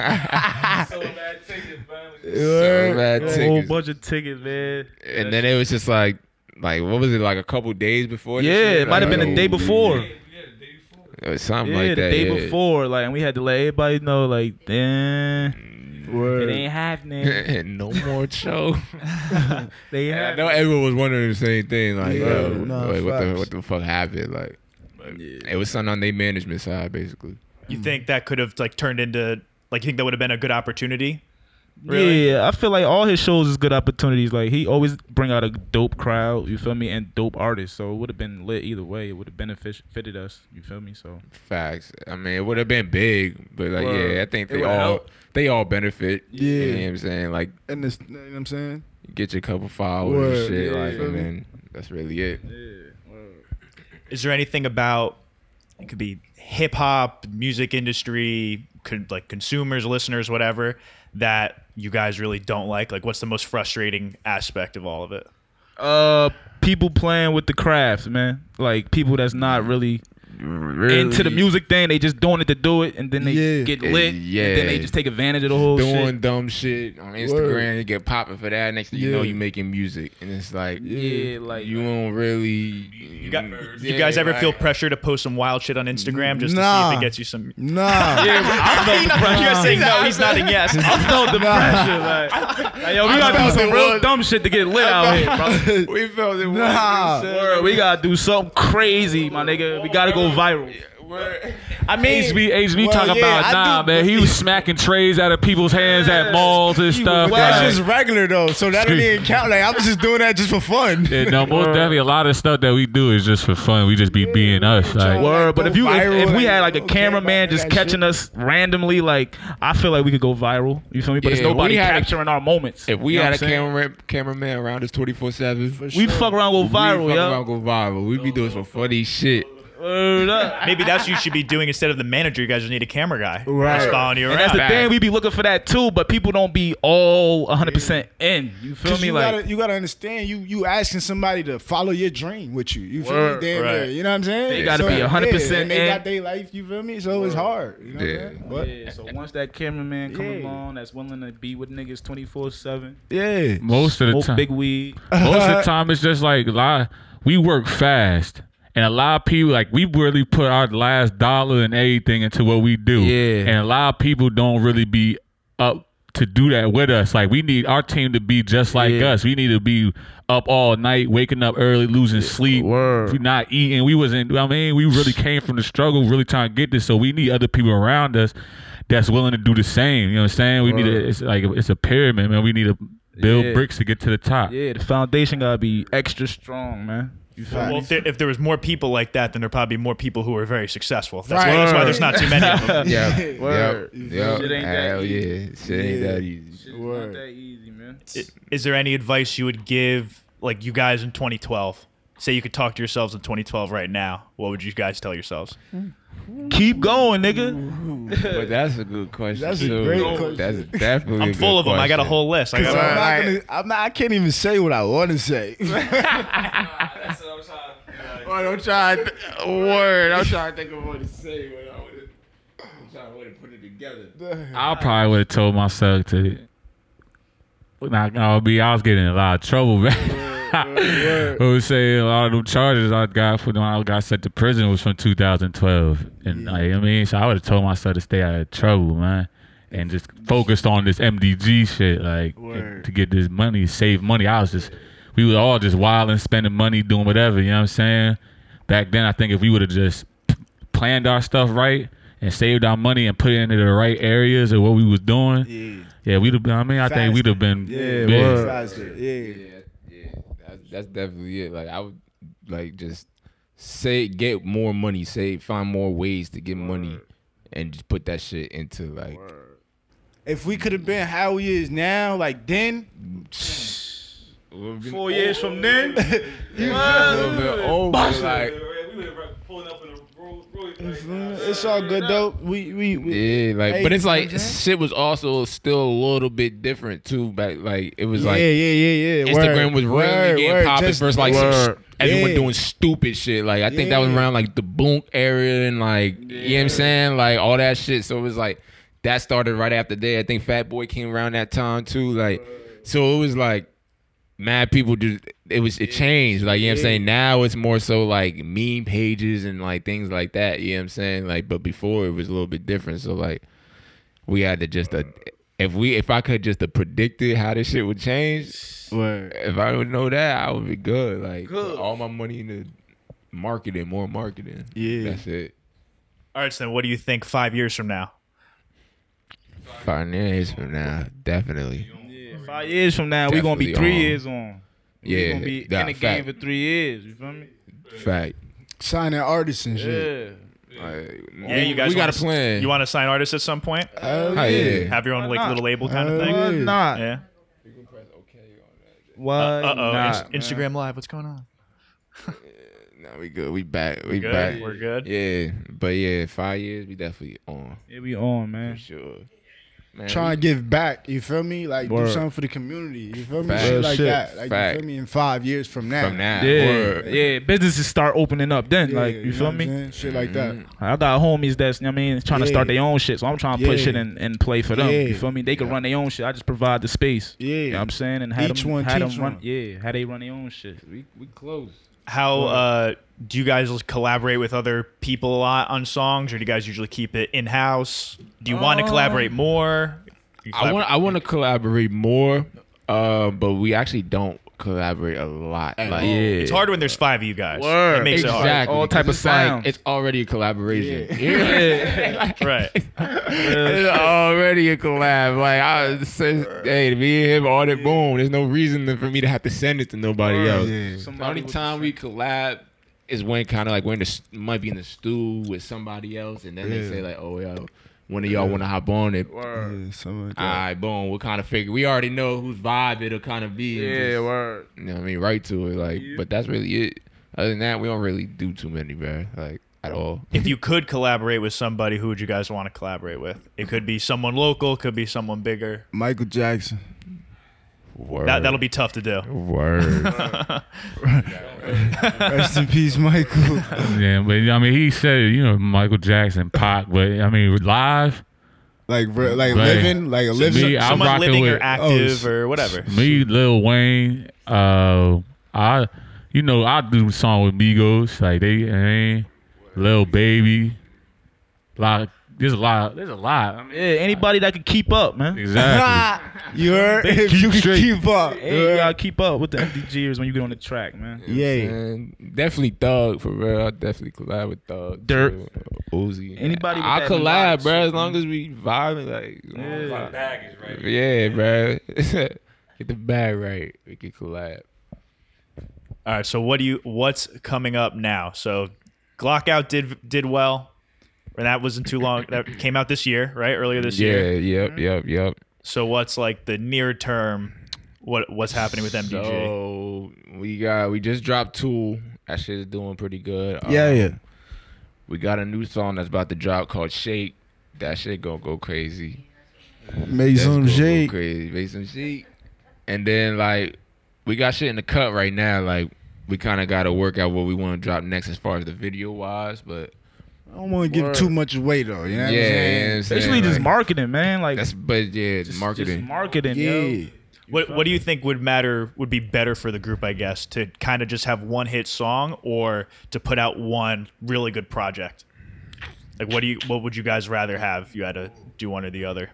up.
So bad taking finally.
So
Word.
bad
A whole
tickets.
bunch of tickets, man.
And then it was just like like what was it like a couple days before? this
Yeah,
shit?
it might have been the
Like, oh,
day before.
Yeah, the day before.
Or something
Yeah,
like
the
that.
day
yeah.
before, like, and we had to let everybody know, like, damn, it ain't happening.
no more show.
They
I
have
know everyone was wondering the same thing. Like,
Yeah,
yo,
nah,
like, what the
facts.
what the fuck happened? Like, it was something on their management side, basically.
Hmm.
You think that could have like turned into like you think that would have been a good opportunity?
Yeah, I feel like all his shows is good opportunities. Like he always bring out a dope crowd, you feel me, and dope artists. So it would have been lit either way. It would have benefited fitted us, you feel me. So
Facts. I mean, it would have been big, but like,
Word.
yeah, I think
It
they
would
all
help.
they all benefit.
Yeah.
you know what I'm saying, like,
And this, you know what I'm saying?
get your couple followers
Word,
and shit,
yeah,
like,
feel
and
me?
then that's really it.
Is there anything about it could be hip hop, music industry, could like consumers, listeners, whatever that you guys really don't like? Like, what's the most frustrating aspect of all of it?
Uh, people playing with the craft, man. Like people that's not really into the
Really
music thing. They just doing it to do it, and then they
Yeah.
get
Eh,
lit.
yeah.
And then they just take advantage of the whole
Doing
shit.
dumb shit on Instagram,
Word.
you get popping for that. Next thing you
Yeah.
know, you making music, and it's like,
Yeah, like
you don't really.
You, got,
Mm,
you guys ever feel pressure to post some wild shit on Instagram just to see if
Nah.
it gets you some?
Nah.
I felt the pressure.
You're saying no. He's nodding yes.
I felt the pressure. Like, like, yo, we
I
gotta do
felt
some
it
real
was-
dumb shit to get lit out here, bro.
We felt it.
Nah.
Word, we gotta do something crazy, my nigga. We gotta go viral.
I mean, HB, HB
well,
talk
yeah, I
about nah,
do-
man. He was smacking trays out of people's hands at malls and stuff.
Well,
like-
that's just regular though, so that didn't
Excuse-
even count. Like I was just doing that just for fun.
Yeah, no, most definitely a lot of stuff that we do is just for fun. We just be being us. Like,
Word, but if you
Viral,
if, if we
like,
had like a
okay, about
cameraman
that
just
shit.
catching us randomly, like I feel like we could go viral. You feel me? But it's
Yeah, we
nobody
had a-
capturing our moments.
If we
You know
had
what
a
I'm saying?
camera cameraman around us twenty four seven,
we fuck around go viral,
we
yo.
Go viral. We be doing some funny shit.
Word up.
Maybe that's what you should be doing instead of the manager. You guys just need a camera guy.
Right.
Just following you
And
around.
that's the
Fact.
thing, we be looking for that too, but people don't be all 100% in. You feel
'Cause
me?
you
Like,
gotta, you gotta understand you you asking somebody to follow your dream with you. You feel
Word,
me? Damn
right.
near, You know what I'm saying?
They gotta be 100%
yeah, and They
in.
got their life. You feel me? So it's hard. You know
Yeah.
what I'm saying?
Yeah, so once that cameraman come
Yeah.
along that's willing to be with niggas 24 7,
But yeah,
most of the
smoke
time,
big weed.
most of the time it's just like a lot we work fast and a lot of people like we really put our last dollar and everything into what we do
Yeah.
and a lot of people don't really be up to do that with us like we need our team to be just like
Yeah.
us we need to be up all night waking up early losing sleep
Word.
we not eating we wasn't i mean we really came from the struggle really trying to get this so we need other people around us that's willing to do the same you know what i'm saying we need a, it's like it's a pyramid man we need to build
Yeah.
bricks to get to the top
Yeah, the foundation gotta be extra strong, man. You feel
Well,
me?
if there, if there was more people like that, then there'd probably be more people who are very successful. That's,
Right.
why, that's why there's not too many of them.
Yeah.
Word.
Yep. Yep.
Shit ain't that
Hell
easy.
yeah. Shit ain't that easy.
It's
Word.
not that easy, man.
I- Is there any advice you would give, like you guys in 2012? Say you could talk to yourselves in 2012 right now. What would you guys tell yourselves?
Keep going, nigga.
But that's a good question.
That's a
too.
great question.
That's definitely.
I'm
a
full
good
of them. I got a
question.
whole list. I
So I'm,
got,
not gonna, I'm not. I can't even say what I want to say.
That's what I'm trying to
Word, I'm trying. To th- word, I'm trying to think of what to say. But I would. I'm trying to way to put it together.
I probably would have told myself to. Not gonna be, I was getting in a lot of trouble, man. I was saying a lot of them charges I got for when I got sent to prison was from 2012, and like I mean, so I would have told myself to stay out of trouble, man, and just focused on this MDG shit, like and to get this money, save money. I was just, we was all just wilding, spending money, doing whatever. You know what I'm saying? Back then, I think if we would have just planned our stuff right and saved our money and put it into the right areas of what we was doing, yeah, we'd have been. I mean, I think we'd have been.
Yeah,
big.
word.
Faster, yeah.
Yeah, yeah. That's, that's definitely it. Like I would, like just say get more money, save, find more ways to get money, and just put that shit into like.
If we could have been how we is now, like then,
Four years from then.
a little bit older, oh, like
say. We were pulling up in a road, road like,
it's all good though. We we, we
Yeah, like,
Hey,
but it's
you know
like
what I'm saying?
shit was also still a little bit different too. Back like it was like
yeah yeah yeah yeah.
Instagram
word,
was really
word,
getting
word,
popping
just-
versus like some
word.
st- everyone
Yeah.
doing stupid shit. Like I think that was
Yeah.
around like the Blunk area and like you know what I'm saying, like all that shit. So it was like that started right after that. I think Fat Boy came around that time too. Like so it was like mad people do it was it changed like you know what i'm saying now it's more so like meme pages and like things like that you know what i'm saying like but before it was a little bit different so like we had to just uh, if we if i could just have predicted how this shit would change if i would know that i would be good like put all my money into marketing more marketing
Yeah.
that's it
all right, so then what do you think five years from now?
five years from now definitely
Five years from now, we gonna be
Definitely
three
on.
years on. We
yeah
gonna be
that
in the
fact,
game for three years. You feel me?
fact
signing artists and shit.
Yeah.
Like,
Yeah, you guys
we got a
wanna-
plan
You want to sign artists at some point?
Hell
Hell yeah. Uh,
Have your own like
not?
little label kind
Uh,
of
why
thing?
not?
Yeah.
Why?
Uh oh.
not?
Instagram Live. What's going on?
Nah, we good. We back. We
Good.
back.
We're good.
Yeah, but yeah, five years we definitely on
It be on,
for
man.
sure. Man,
Trying to give back, you feel me? Like
Word.
do something for the community, you feel me?
Fact.
Shit
Real
like
shit.
that, like
Fact.
you feel me? In five years from now,
from now,
Yeah,
word.
yeah. Businesses start opening up then.
Yeah,
like you,
know
feel
what
me?
I'm saying? Shit like that.
I got homies that's you know what I mean trying to
Yeah.
start their own shit, so I'm trying to put
Yeah.
shit in and play for them. You
Yeah.
feel me? They can run their own shit. I just provide the space.
Yeah.
you know what I'm saying, and had
Each
them,
one
had
teach
them run,
one.
yeah, how they run their own shit.
We we close.
How uh, do you guys collaborate with other people a lot on songs, or do you guys usually keep it in house? Do you want to collaborate more? You
I
collabor-
want I want to collaborate more, uh, but we actually don't collaborate a lot. Like, yeah,
It's hard when there's five of you guys. It makes
exactly.
it
All type
because
of
it's like,
sound.
it's already a collaboration.
hard. Right.
it's already a collab. Like I was say, hey, me and him on it. Boom. There's no reason to- for me to have to send it to nobody else. The only time we collab is when kind of like we're in the s- might be in the stew with somebody else, and then they say like, oh yo, one of y'all want to hop on it.
Yeah, something like
All
that.
right, boom. We'll kind of figure. We already know whose vibe it'll kind of be. and just-
word.
you know what I mean, right to it. Like, but that's really it. Other than that, we don't really do too many, bro. Like at all.
if you could collaborate with somebody, who would you guys want to collaborate with? It could be someone local, could be someone bigger.
Michael Jackson.
Word.
That that'll be tough to do.
word.
Rest in peace, Michael.
Yeah, but I mean, he said, you know, Michael Jackson, Pac, but I mean, live,
like, re- like
Right.
living, like a living.
me, I'm
someone
rocking
living
with-
or active
oh,
or whatever.
me, Lil Wayne, uh, I, you know, I do a song with Migos, like they, ain't Lil Baby, lot, there's a lot, there's a lot. I mean,
Yeah, anybody that can keep up, man.
exactly.
you heard? If you can keep up, you
Hey, you gotta
heard?
keep up with the MDGers when you get on the track, man.
yeah.
definitely Thug for real. I definitely collab with Thug.
Dirt.
too. Uzi.
Anybody with
I
that
collab,
vibes.
bro. As long as we vibing, like yeah,
Baggage, right?
bro. Get the bag right. We can collab.
All right. So what do you? What's coming up now? So Glock out did did well, and that wasn't too long. That came out this year, right? Earlier this
Yeah.
year.
Yep.
Mm-hmm.
Yep. Yep.
So what's like the near term? What what's happening with MDG?
So we got we just dropped two. That shit is doing pretty good.
Yeah,
Um,
yeah.
We got a new song that's about to drop called Shake. That shit gonna go crazy. That's
Maison
gonna go
Jake.
crazy. Make some shake. And then like we got shit in the cut right now. Like we kind of gotta work out what we want to drop next as far as the video wise. But
I don't want to give
Word.
too much away though. You
yeah,
know what
yeah,
I'm saying?
Basically, just marketing, man. Like
That's but yeah,
just-
marketing.
just marketing,
Yeah.
yo.
What what do you think would matter would be better for the group, I guess, to kind of just have one hit song or to put out one really good project? Like what do you what would you guys rather have if you had to do one or the other?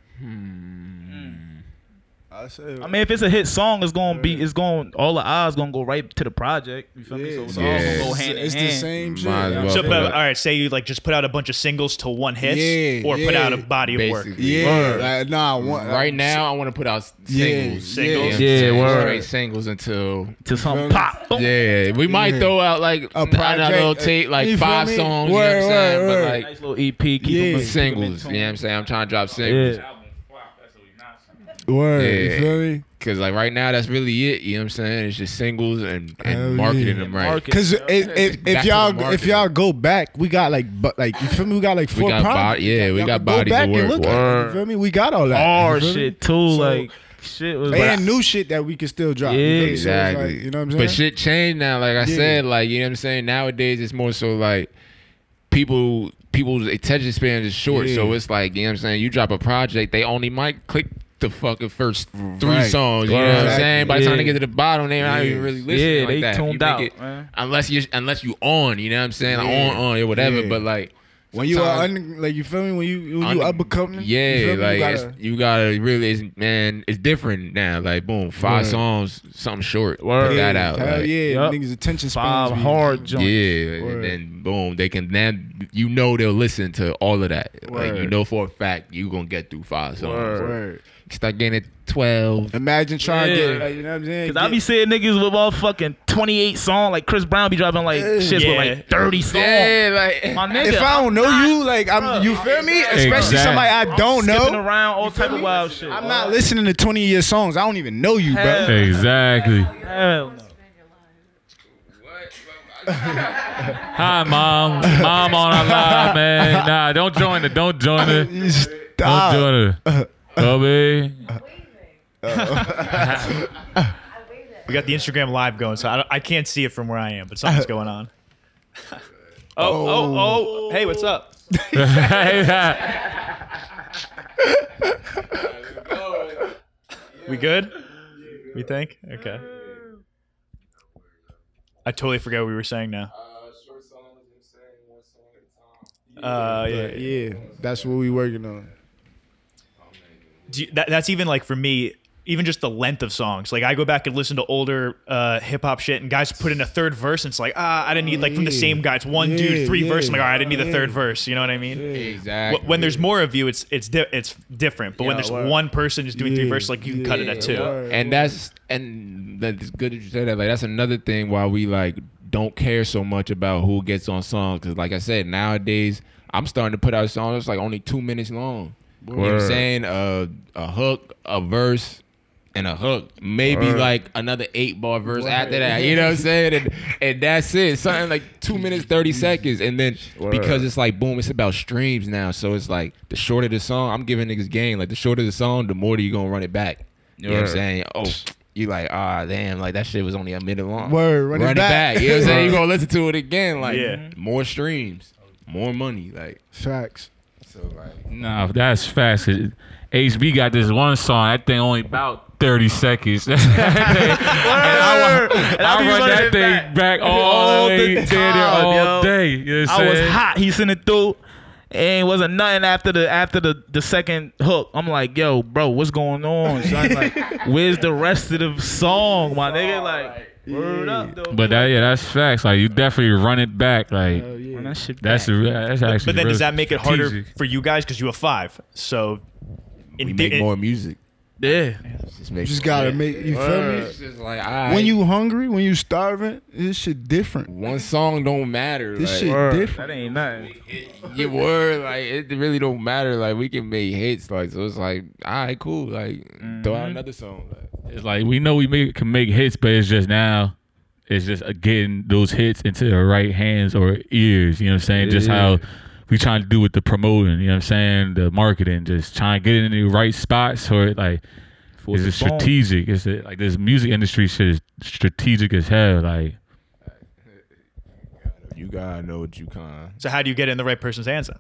I say,
I mean, if it's a hit song, it's gonna be, it's going, all the eyes gonna go right to the project. You feel me? So it's all
Yeah.
gonna go
it's,
hand in
it's
hand.
the same shit.
Might as well.
So,
Okay.
but, all right, say you like just put out a bunch of singles till one hits,
Yeah,
or put
yeah.
out a body of work.
Basically.
Yeah, like, nah. One,
Right now, I want to put out
Yeah,
singles.
singles.
Yeah,
Yeah, word.
straight singles until
to some
feel me?
pop. Boom.
Yeah, we might
Yeah.
throw out like
A
a project,
project, uh,
little tape,
you
like
feel
five
me?
songs.
Word,
you know what I'm saying?
word, word.
But like
Nice little EP. Keep
Yeah.
them
singles. You know what I'm saying? I'm trying to drop singles
Yeah.
Flop, that's what we not saying.
Word,
Yeah.
you feel me?
because like right now that's really it. You know what I'm saying? It's just singles and,
Hell
and marketing
yeah.
them right.
Market.
Cause if, if,
Back
if
to the
y'all if
marketing.
y'all go back, we got like but like you feel me? We got like
We
four
got bo-
projects.
yeah, we
Y'all
got
can
bodies
Go
to
back
work
and look at. it,
with.
You feel me? We got all that.
Our
you feel me?
shit too. like shit was
and
like,
new shit that we can still drop. you
Yeah.
feel me? So it's
Exactly.
like, you know what I'm saying?
But shit changed now. Like I
Yeah.
said, like you know what I'm saying. Nowadays, it's more so like people people's attention span is short. So
Yeah.
it's like you know what I'm saying. You drop a project, they only might click the fucking first three
Right.
songs. You know what I'm
Right.
saying. By the time they get
Yeah.
to the bottom, they're not
Yeah.
even really listening.
yeah,
like
they
that.
tuned
You
out.
make it-
man.
unless you unless you on. You know what I'm saying. Like,
Yeah.
on on or whatever.
Yeah.
But like
when you are
sometimes-
under, like you feel me? When you when you
Under-
up and coming,
yeah,
you feel me?
like
you
it's-
gotta,
you gotta, really, it's, man, it's different now. Like, boom, five
Word.
songs, something short,
Word.
put
yeah,
that out.
Hell
like,
yeah,
Yup.
niggas attention spans
five
be-
hard joints.
Yeah, and
Word.
then boom, they can now you know they'll listen to all of that. Like you
Word.
know for a fact you gonna get through five songs.
Word.
Start getting it
twelve.
Imagine trying to
Yeah.
get, like, you know what I'm saying?
Cause I be
Get-
seeing niggas with all fucking 28 song like Chris Brown be dropping like shits
Yeah.
with like 30 songs.
Yeah, like
My nigga,
if I don't know you, like I'm, you feel me? Especially
Exactly.
somebody I don't
skipping
know.
around all type of wild shit.
I'm not listening to 20 year songs. I don't even know you, bro.
Hell.
Exactly.
Hell no.
Hi, mom. Mom on our live, man. Nah, don't join it. Don't join it.
You
Don't
Stop.
join it. Kobe.
We got the Instagram live going, so I, don't- I can't see it from where I am, but something's going on. Oh, oh, oh. Hey, what's up? We good? We think? Okay. I totally forgot what we were saying now. Uh, yeah. yeah.
Yeah, that's what we working on.
Do you- that, that's even like for me, even just the length of songs. Like I go back and listen to older uh, hip hop shit, and guys put in a third verse, and it's like, ah, I didn't need like from the
Yeah.
same guy. It's one
Yeah,
dude, three
yeah,
verse. I'm like, all right, I didn't need the
yeah.
third verse. You know what I mean?
Exactly.
Wh- When there's more of you, it's it's di- it's different. But when
Yeah,
there's
word.
one person just doing three
Yeah,
verses, like you can cut it at two.
yeah, word.
and that's and that's good that you said that. Like that's another thing why we like don't care so much about who gets on songs. Cause like I said, nowadays I'm starting to put out songs that's like only two minutes long. You know what I'm
Word.
saying? Uh, a hook, a verse, and a hook. Maybe like another eight bar verse after that. You know what I'm saying? And and that's it. Something like two minutes, thirty seconds. And then because it's like boom, it's about streams now. So it's like the shorter the song, I'm giving niggas game. Like the shorter the song, the more that you gonna run it back. You know what I'm saying? Oh, you like, ah, damn, like that shit was only a minute long.
Word, run it back.
You know what I'm saying? You gonna listen to it again. Like
Yeah.
more streams, more money. Like
Facts.
so like
Nah, that's fast. HB got this one song. That thing only about 30 seconds. and I, wa- I
be
run
running
that
it
thing
back.
back, all,
All the
day, the
time,
all
yo.
day. You know what
I
I'm
was
saying?
hot. He sent it through. And it wasn't nothing after the after the, the second hook. I'm like, yo, bro, what's going on? Son? Like, where's the rest of the song, my nigga? Like, word up, though.
But that, yeah, that's facts. Like you definitely run it back. Like
Run that shit
that's
back.
re- that's actually.
But then does
real
that make it harder
strategic.
for you guys because you have five? So in
we
the-
make more music.
yeah.
Just make
Just gotta make you feel me.
It's just like all right,
When you hungry, when you starving, this shit different.
one song don't matter.
This
like,
shit
Word.
different.
That ain't nothing.
your word, like it really don't matter. Like we can make hits. Like so it's like all right, cool. Like throw
Mm-hmm.
out another song. Like,
It's like we know we make, can make hits, but it's just now, it's just uh, getting those hits into the right hands or ears. You know what I'm saying? Just how we trying to do with the promoting. You know what I'm saying? The marketing, just trying to get it in the right spots for it. Like it's
the
just
phone.
strategic. It's uh, like this music industry shit is strategic as hell. Like
you gotta know what you can.
so how do you get it in the right person's hands? Then?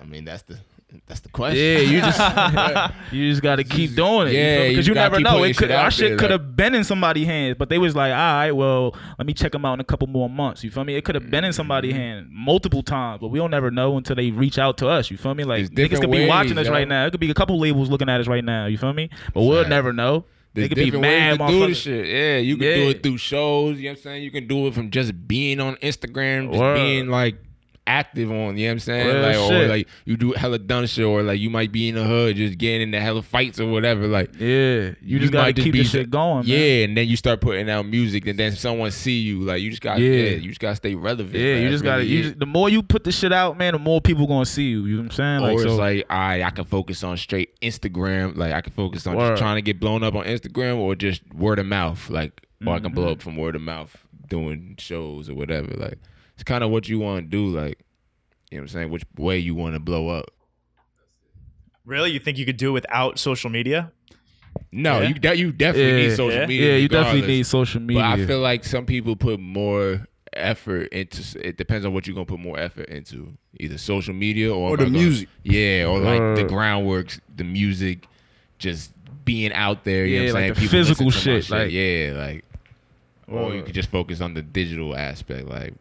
I mean that's the that's the question.
Yeah, you just you just gotta keep doing it.
Yeah,
Yeah,
you
because you,
gotta
never
keep
know.
putting
It could
shit out
our shit
there,
could have
like-
been in somebody's hands, but they was like, all right, well, let me check them out in a couple more months. You feel me? It could have been in somebody's
Mm-hmm.
hand multiple times, but we don't never know until they reach out to us. You feel me? Like
There's
niggas
different
could be
ways,
watching us
yo.
right now. It could be a couple labels looking at us right now. You feel me? But we'll
Right.
never know.
There's
they could be
different ways
mad,
to do this
motherfuckers.
shit. Yeah, you can do
Yeah.
it through shows. You know what I'm saying? You can do it from just being on Instagram, just
Word.
being like active on. You know what I'm saying?
Real
like or
shit.
like you do hella dumb shit, or like you might be in the hood, just getting into hella fights or whatever. Like
Yeah, you just gotta
might
keep
be
this
so-
shit going.
Yeah,
man.
and then you start putting out music, and then someone see you. Like you just got, yeah,
Yeah.
you just got to stay relevant.
Yeah,
man.
you
That's
just gotta.
really
You
it.
just, the more you put this shit out, man, the more people gonna see you. You know what I'm saying?
or
Like,
Oh, it's
so,
like I I can focus on straight Instagram. Like I can focus on
Word.
just trying to get blown up on Instagram, or just word of mouth. Like or I can
Mm-hmm.
blow up from word of mouth doing shows or whatever. Like it's kind of what you want to do. Like you know what I'm saying, which way you want to blow up.
Really, you think you could do without social media?
No,
Yeah.
you de- you definitely
Yeah.
need social
Yeah.
media.
yeah, you definitely
regardless.
need social media.
But I feel like some people put more effort into. It depends on what you're gonna put more effort into, either social media or,
Or
am I
the
gonna-
music.
yeah, or like the
Word.
groundworks, the music, just being out there. You know
Yeah,
what I'm
like
saying?
the
People listen
physical
to my
shit, like-
yeah, like. Or you could just focus on the digital aspect, like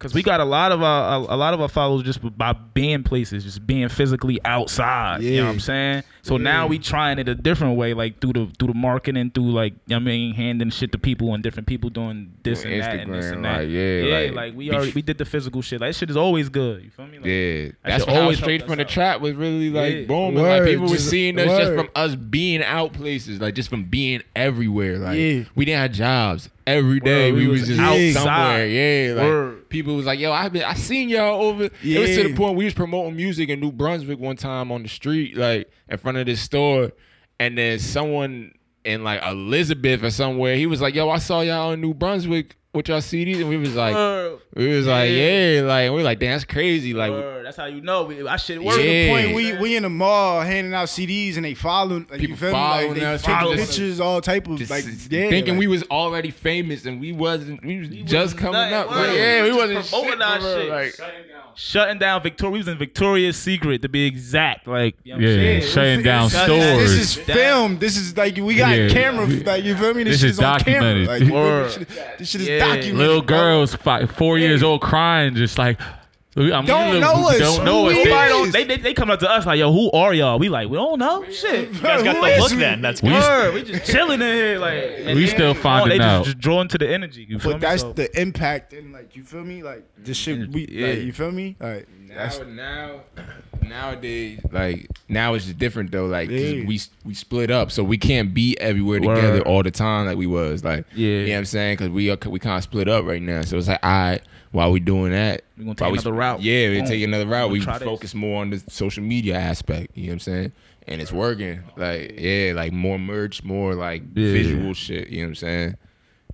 Cause we got a lot of our a lot of our followers just by being places, just being physically outside. You know what I'm
Yeah.
saying? So now we trying it a different way, like through the through the marketing, through like you know what I mean, handing shit to people and different people doing this
On
and that and this
Instagram,
and that.
like, yeah, like,
we
be-
already we did the physical shit. Like that shit is always good. You feel me? Like,
Yeah,
That
that's
shit
what I was
always
straight
helped
from the
us out.
trap was really like
Yeah.
booming. like
Word,
people were
just-
seeing us just
word.
from us being out places, like just from being everywhere. Like
Yeah.
we didn't have jobs every day.
we
we,
was
was just
outside.
out somewhere. Yeah, like
Word.
people was like, "Yo, I've been I seen y'all over." It was to the
Yeah.
point we was promoting music in New Brunswick one time on the street, like in front of this store, and then someone in like Elizabeth or somewhere, he was like, "Yo, I saw y'all in New Brunswick." with y'all CDs and we was like,
Word.
we was like, yeah, like we were like, damn, that's crazy. Like,
Word. That's how you know. We, I shit
Yeah.
work.
The point we we in the mall handing out CDs and they following like,
People
you feel
following
me? Like,
us,
they taking
following-
pictures, all type of
just
like
s-
yeah,
thinking
like,
we was already famous and we wasn't. We was just
wasn't
coming
nothing,
up.
word.
Like, yeah, we
Just
wasn't
promoting
shit,
our
bro,
shit.
Like,
Shutting down.
shutting down Victoria. We was in Victoria's Secret to be exact. Like you know what I'm
Yeah,
saying?
shutting down
shut-
stores.
This is film. This is like we got
Yeah.
camera. Like you feel me?
This
This,
is
shit's on camera.
documented.
Like, you feel me?
Word.
This shit- this shit is
Yeah.
documented.
Little
bro.
girls, five, four years old, crying, just like I'm
Don't
little-
know us.
Don't know us.
We
They-
are-
Nobody don't- They, they, they come up to us like, yo, who are y'all? We like, we don't know. Shit.
You guys got
Who
the
is
look
we?
then. That's
We-
good.
Word, we just chilling in here. Like and
We
they-
still
they
finding
just,
out.
just drawn to the energy. You feel
But
me?
that's
So-
the impact and like you feel me? Like this shit we
Yeah.
like, you feel me? Like that's
now, now, nowadays, like now it's just different though. Like 'cause
Yeah.
we we split up, so we can't be everywhere together
Word.
all the time like we was. Like,
Yeah.
you know what I'm saying? Because we are, we kind of split up right now. So it's like, all right, while we doing that,
We gonna take
while we
another
sp-
route.
Yeah, we
Boom.
take another route. We
try this.
focus more on the social media aspect. You know what I'm saying? And it's working. Like, yeah, like more merch, more like
Yeah.
visual shit. You know what I'm saying?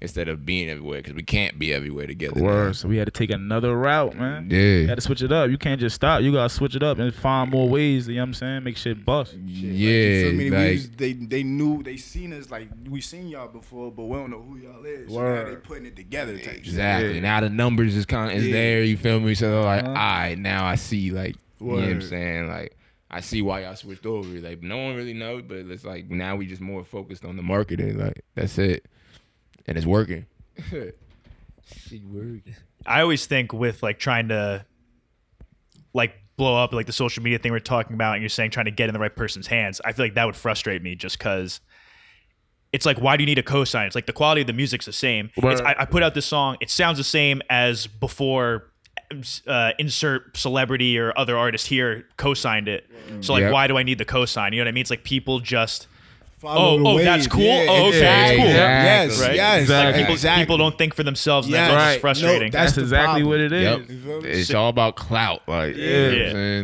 Instead of being everywhere, because we can't be everywhere together. now.
Word. So we had to take another route, man.
Yeah.
You got to switch it up. You can't just stop. You got to switch it up and find more ways. You know what I'm saying? Make shit bust.
Yeah,
you feel me? We
like-
was- they they knew they seen us like we seen y'all before, but we don't know who y'all is. So now
Word.
they putting it together. Type shit.
Exactly. Now the numbers is kind of is
Yeah. Uh-huh.
there. You feel me? So like, all right, now I see. Like, you know what I'm
Word.
saying? Like, I see why y'all switched over. Like, no one really knows, but it's like now we just more focused on the marketing. Like, that's it, and it's working. she working.
I always think with like trying to like blow up like the social media thing we're talking about and you're saying trying to get in the right person's hands, I feel like that would frustrate me just because it's like why do you need a cosign? It's like the quality of the music's the same. It's, I, I put out this song, it sounds the same as before uh, insert celebrity or other artist here co-signed it. So like
Yep.
why do I need the cosign? You know what I mean? It's like people just
Follow
Oh,
the
oh, that's cool? Oh, okay,
yeah,
that's cool.
Yes,
Exactly.
yes,
Exactly.
people,
exactly.
people don't think for themselves and
Yes.
that's
Right.
just frustrating.
No,
That's,
That's the
exactly
problem.
what it is.
Yep.
You feel me?
It's all about clout. Like, yeah.
Yeah.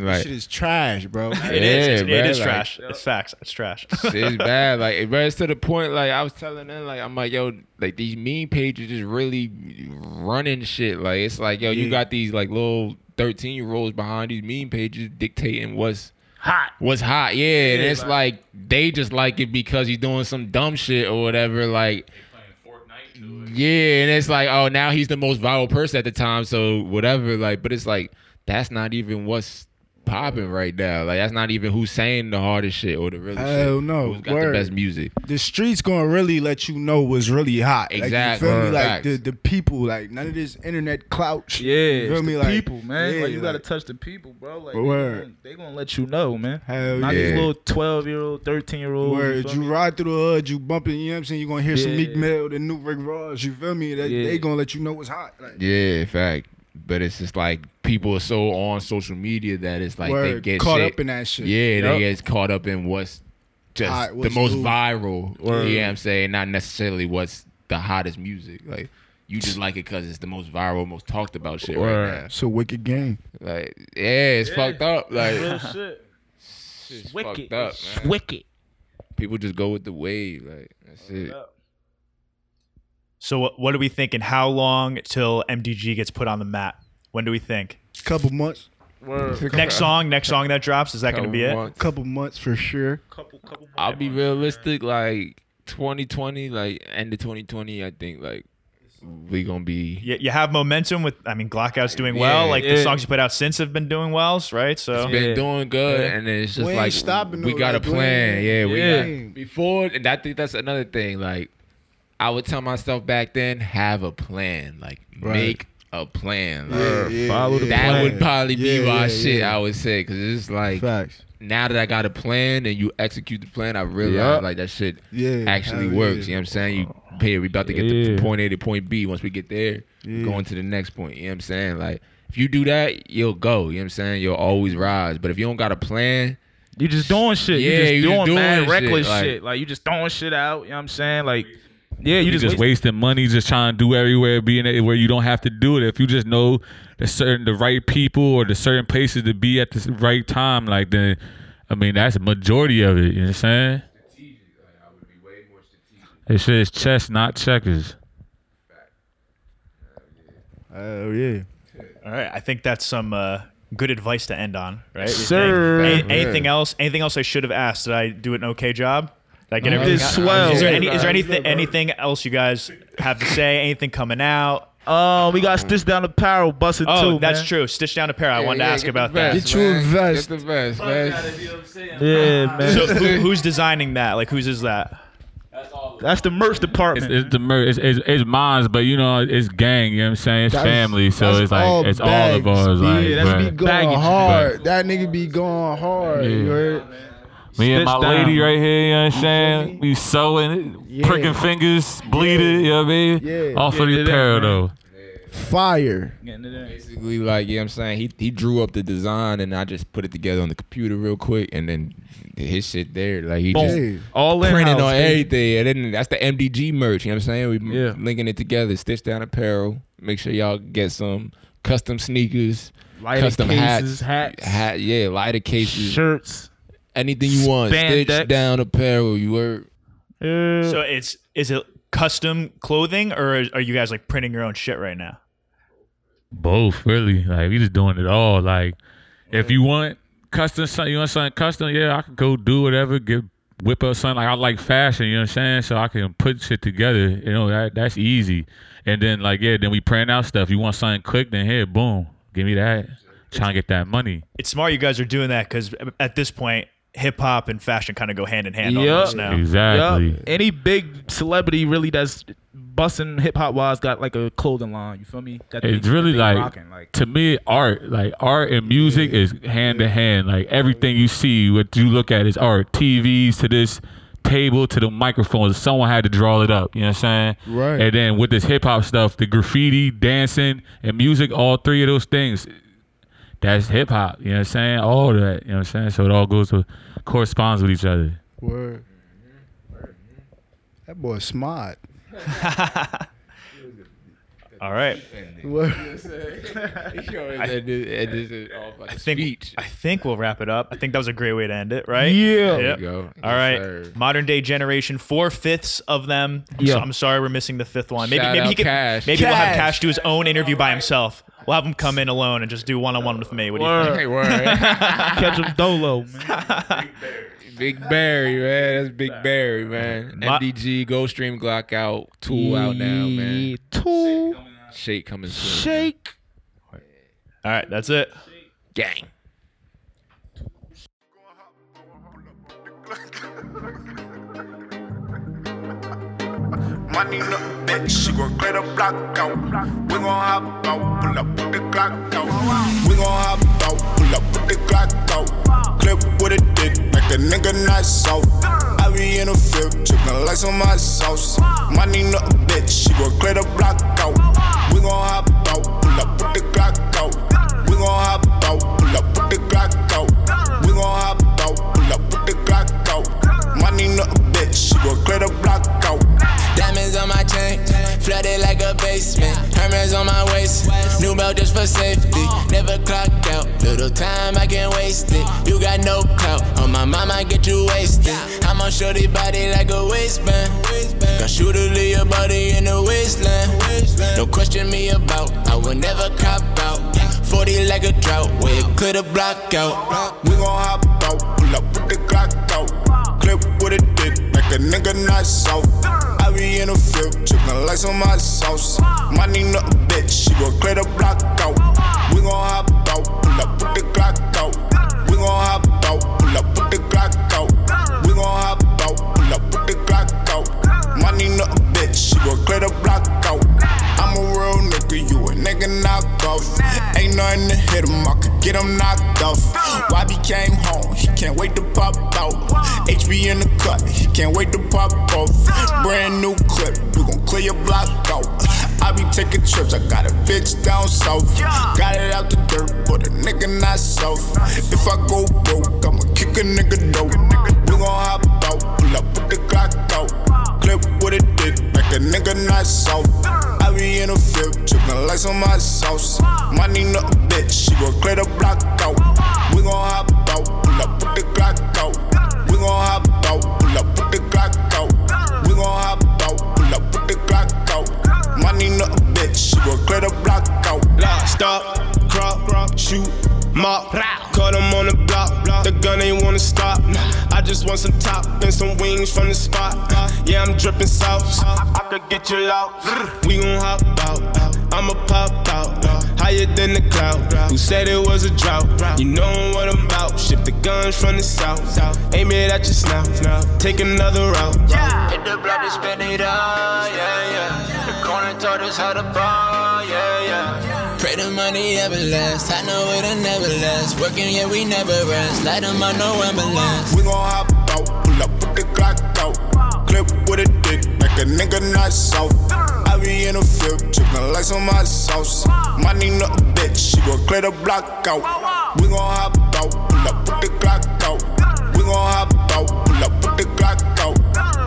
This shit is trash, bro.
it is. It's-
Yeah,
it is
bruh, like-
trash. it's facts. It's trash.
it's bad. Like, it- but it's to the point. Like, I was telling them, like, I'm like, yo, like these meme pages just really running shit. Like, it's like, yo, you got these like little 13 year olds behind these meme pages dictating what's
Hot.
what's hot. Yeah, and it's like they just like it because he's doing some dumb shit or whatever. Like,
Playing Fortnite to it.
yeah, and it's like, oh, now he's the most viral person at the time, so whatever. Like, but it's like that's not even what's popping right now. Like, that's not even who's saying the hardest shit or the real shit.
Hell no,
who's got
Oh, word.
the best music?
the streets gonna really let you know what's really hot.
Exactly.
Like, you feel me?
Right.
Like the, the people, like none of this internet clout. shit.
Yeah,
You feel
it's
me?
the
Like
people, man.
yeah,
like you gotta
like,
touch the people, bro. Like they
Word.
gonna, they gonna let you know, man.
Hell
Not
yeah.
these little twelve year old, thirteen year old.
Word, you ride through the hood, you bumping, you know what I'm saying? You're gonna hear some
Yeah.
Meek Mill, the new Rick Ross, you feel me? They,
Yeah.
they gonna let you know what's hot. Like,
Yeah, fact. But it's just like people are so on social media that it's like
word,
they get
caught
shit-
up in that shit.
Yeah,
Yup.
they get caught up in what's just
Alright,
the
what's
most
new.
viral. You know what I'm saying? Not necessarily what's the hottest music. Like you just like it because it's the most viral, most talked about shit right now.
It's a wicked game.
Like yeah, it's fucked up.
Real
Like
shit.
it's
Wicked.
fucked up. man.
Wicked.
People just go with the wave. Like that's it.
So what, what are we thinking? How long till MDG gets put on the map? When do we think?
Couple months,
Word.
Next song, next song that drops, is that going to be it?
Couple months.
couple months for sure.
Couple, couple. more
I'll be
months.
realistic, like 2020, like end of 2020, I think like we gonna be.
You, you have momentum with, I mean, Glockout's doing well.
Yeah.
Like
Yeah.
the songs you put out since have been doing well, right? So
Been
Yeah.
doing good,
Yeah.
and then it's
We
just
ain't
like
stopping
we
though,
got a
like, we
plan.
ain't-
Yeah, we
Yeah.
got before, and I think that's another thing. Like I would tell myself back then, have a plan. Like
Right.
make a plan. Like,
Yeah, yeah,
follow the
yeah.
that
plan.
would probably be
Yeah,
my
yeah,
shit.
yeah.
I would say because it's like
Facts.
now that I got a plan and you execute the plan, I realize
Yup.
like that shit
Yeah,
actually
hell
works. You
yeah.
know what I'm saying? You pay. We about to get the
Yeah.
from point A to point B. Once we get there, going to the next point. You know what I'm saying? Like if you do that, you'll go. You know what I'm saying? You'll always rise. But if you don't got a plan,
You just doing shit.
Yeah,
you just
you
doing,
just doing
mad
shit,
reckless
like-
shit. Like you just throwing shit out. You know what I'm saying? Like, yeah, you,
You
just,
just
wait.
wasting money, just trying to do everywhere, being at where you don't have to do it. If you just know the certain the right people or the certain places to be at the right time, like then, I mean that's the majority of it. You know what I'm saying? It says chess, not checkers.
Oh yeah.
All right, I think that's some uh, good advice to end on, right? You think?
Sir.
A- anything else? Anything else I should have asked? Did I do an okay job? Did I get everything?
did
out?
swell.
Is there, any,
Yeah,
is there
nah, you
anything anything else you guys have to say? Anything coming out?
Oh, we got stitched down apparel, busted
Oh,
too.
that's
man.
true. Stitch down a pair. I
Yeah,
wanted
yeah,
to ask
get
about
the
that.
vest,
Get you a
man.
vest.
Get the vest, man.
Yeah, man.
So who, who's designing that? Like whose is that?
that's the merch
It's,
department.
it's the mer- it's, it's, it's mine, but you know it's gang. You know what I'm saying? It's
That's-
family, so
that's
it's like
all
it's all of
bags,
ours.
B.
Like,
Yeah, that's
bruh.
Be going
Baggage,
hard. That nigga be going hard. You
Yeah.
heard?
Me and my
Stitched
lady
down.
right here, you know what I'm saying? We sewing,
Yeah.
pricking fingers, bleeding, you know what I mean?
Yeah.
Off of
Yeah,
the
yeah,
apparel,
yeah.
though.
Fire.
Basically, like, you know what I'm saying? He he drew up the design and I just put it together on the computer real quick and then his shit there. Like, he just
Hey.
All in
printed
house.
on everything. And then that's the MDG merch, you know what I'm saying? We
Yeah.
linking it together, stitch down apparel. Make sure y'all get some custom sneakers,
Lighter
custom
cases,
hats,
hats.
hat, yeah, lighter cases,
shirts.
anything you want.
Spandex.
Stitch down apparel, you heard?
Yeah.
So it's is it custom clothing or is- are you guys like printing your own shit right now?
Both, really. Like, we just doing it all. Like, if you want custom, some- you want something custom, yeah, I can go do whatever, get whip up something. Like, I like fashion, you know what I'm saying? So I can put shit together, you know, that that's easy. And then, like, yeah, then we print out stuff. You want something quick, then here, boom, give me that. Trying to get that money.
It's smart you guys are doing that because at this point, hip hop and fashion kind of go hand in hand
Yup.
almost now.
Exactly.
Yup. Any big celebrity really that's busting hip hop wise got like a clothing line. You feel me? That
It's
they-
really
they
like,
rocking, like
to me art like art and music is hand to hand like everything you see what you look at is art tvs to this table to the microphones someone had to draw it up you know what i'm saying
Right.
and then with this hip-hop stuff the graffiti dancing and music all three of those things that's hip-hop you know what i'm saying all that you know what i'm saying so it all goes to corresponds with each other
Word. Mm-hmm. That boy smart.
All right.
Word.
I think I think we'll wrap it up. I think that was a great way to end it, right?
Yeah.
Yep.
go.
All right.
Yes, sir.
Modern day generation, four fifths of them. I'm,
Yeah.
so- I'm sorry we're missing the fifth one. Maybe
Shout
maybe he
out
could
Cash.
maybe we'll have
Cash.
Cash do his own interview by himself. We'll have him come in alone and just do one on one with me. What do you think?
Word.
Hey, word.
catch him dolo, man.
Big Barry, man. That's Big Barry, man.
My-
MDG, Go Stream Glock out. Tool out now, man.
Two
Shake coming soon.
shake.
All right, that's it.
Gang.
Money no bitch, she gon' clear the block out. We gon' hop out, pull up with the clock out. We gon' hop out, pull up with the clock out. Clip with a dick, make a nigga not soft. I be in the field, chicken like some hot sauce. Money no bitch, she gon' clear the block out. We gon' hop out, pull up with the clock out. We gon' hop out, pull up with the clock out. We gon' hop out, pull up with the clock out. Money no bitch, she gon' clear the block out.
Diamonds on my chain, flooded like a basement. Hermes on my waist, new belt just for safety. Never clock out, little time I can waste it. You got no clout, on my mama get you wasted. I'm on shorty body like a waistband. Got shooter leave your body in the wasteland. Don't question me about, I will never cop out. 40 like a drought, where you could've blocked out.
We gon' hop out, pull up with the clock out. Clip with a dick, make a nigga not soft. I be in the field, chicken like some hot sauce. Money no bitch, she gon' clear the block out. We gon' hop out, pull up with the clock out. We gon' hop out, pull up with the clock out. We gon' hop out, pull up with the clock out. Money no bitch, she gon' clear the block out. I'm a real nigga, you a nigga not plan to hit him, I could get him knocked off. YB came home, he can't wait to pop out. HB in the cut, he can't wait to pop off. Brand new clip, we gon' clear your block out. I be taking trips, I got a bitch down south. Got it out the dirt, but a nigga not soft. If I go broke, I'ma kick a nigga dope. We gon' hop out, pull up with the clock out. Clip with a dick, like a nigga not soft. I be in a flip, trippin' like some hot sauce. Money no bitch, she gon' clear the block out. We gon' hop out, pull up with the clock out. We gon' hop out, pull up with the clock out. We gon' hop out, pull up with the clock out. Money no bitch, she gon' clear the block out.
Stop, crop, crop, shoot, mop. Caught him on the block, block. The gun ain't wanna stop. I just want some top and some wings from the spot. Yeah, I'm dripping sauce. I, I could get you out. We gon' hop out. I'ma pop out. Higher than the cloud. Who said it was a drought? You know what I'm about. Ship the guns from the south. Aim it at your snout. Take another route.
Hit the block to spin it out, yeah, yeah. The corner taught us how to ball, yeah, yeah.
Pray the money ever last. I know it'll never last. Working, yeah, we never rest. Light 'em up, no ambulance.
We gon' hop out, pull up with the clock out. Clip with a dick, like a nigga not soft. I be in a flip, trippin' like some hot sauce. Money no bitch, she gon' clear the block out. We gon' hop out, pull up with the clock out. We gon' hop out, pull up with the clock out.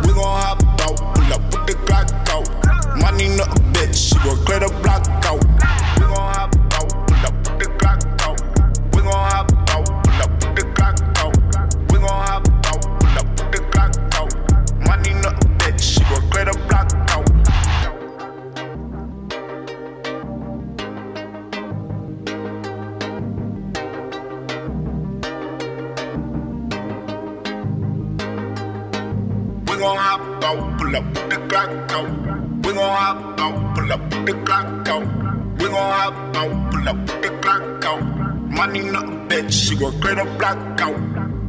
We gon' hop out, pull up with the clock out. Money no bitch, she gon' clear the block out. We gon' hop out, pull up with the clock out. We gon' hop out, pull up with the clock out. We gon' hop out, pull up with the clock out. Money no bitch, she gon' clear the block out. We gon' hop out, pull up the clock out. We gon' hop out, pull up the clock out. We gon' hop out, pull up the clock out. Money no bitch, she gon' clear the block out.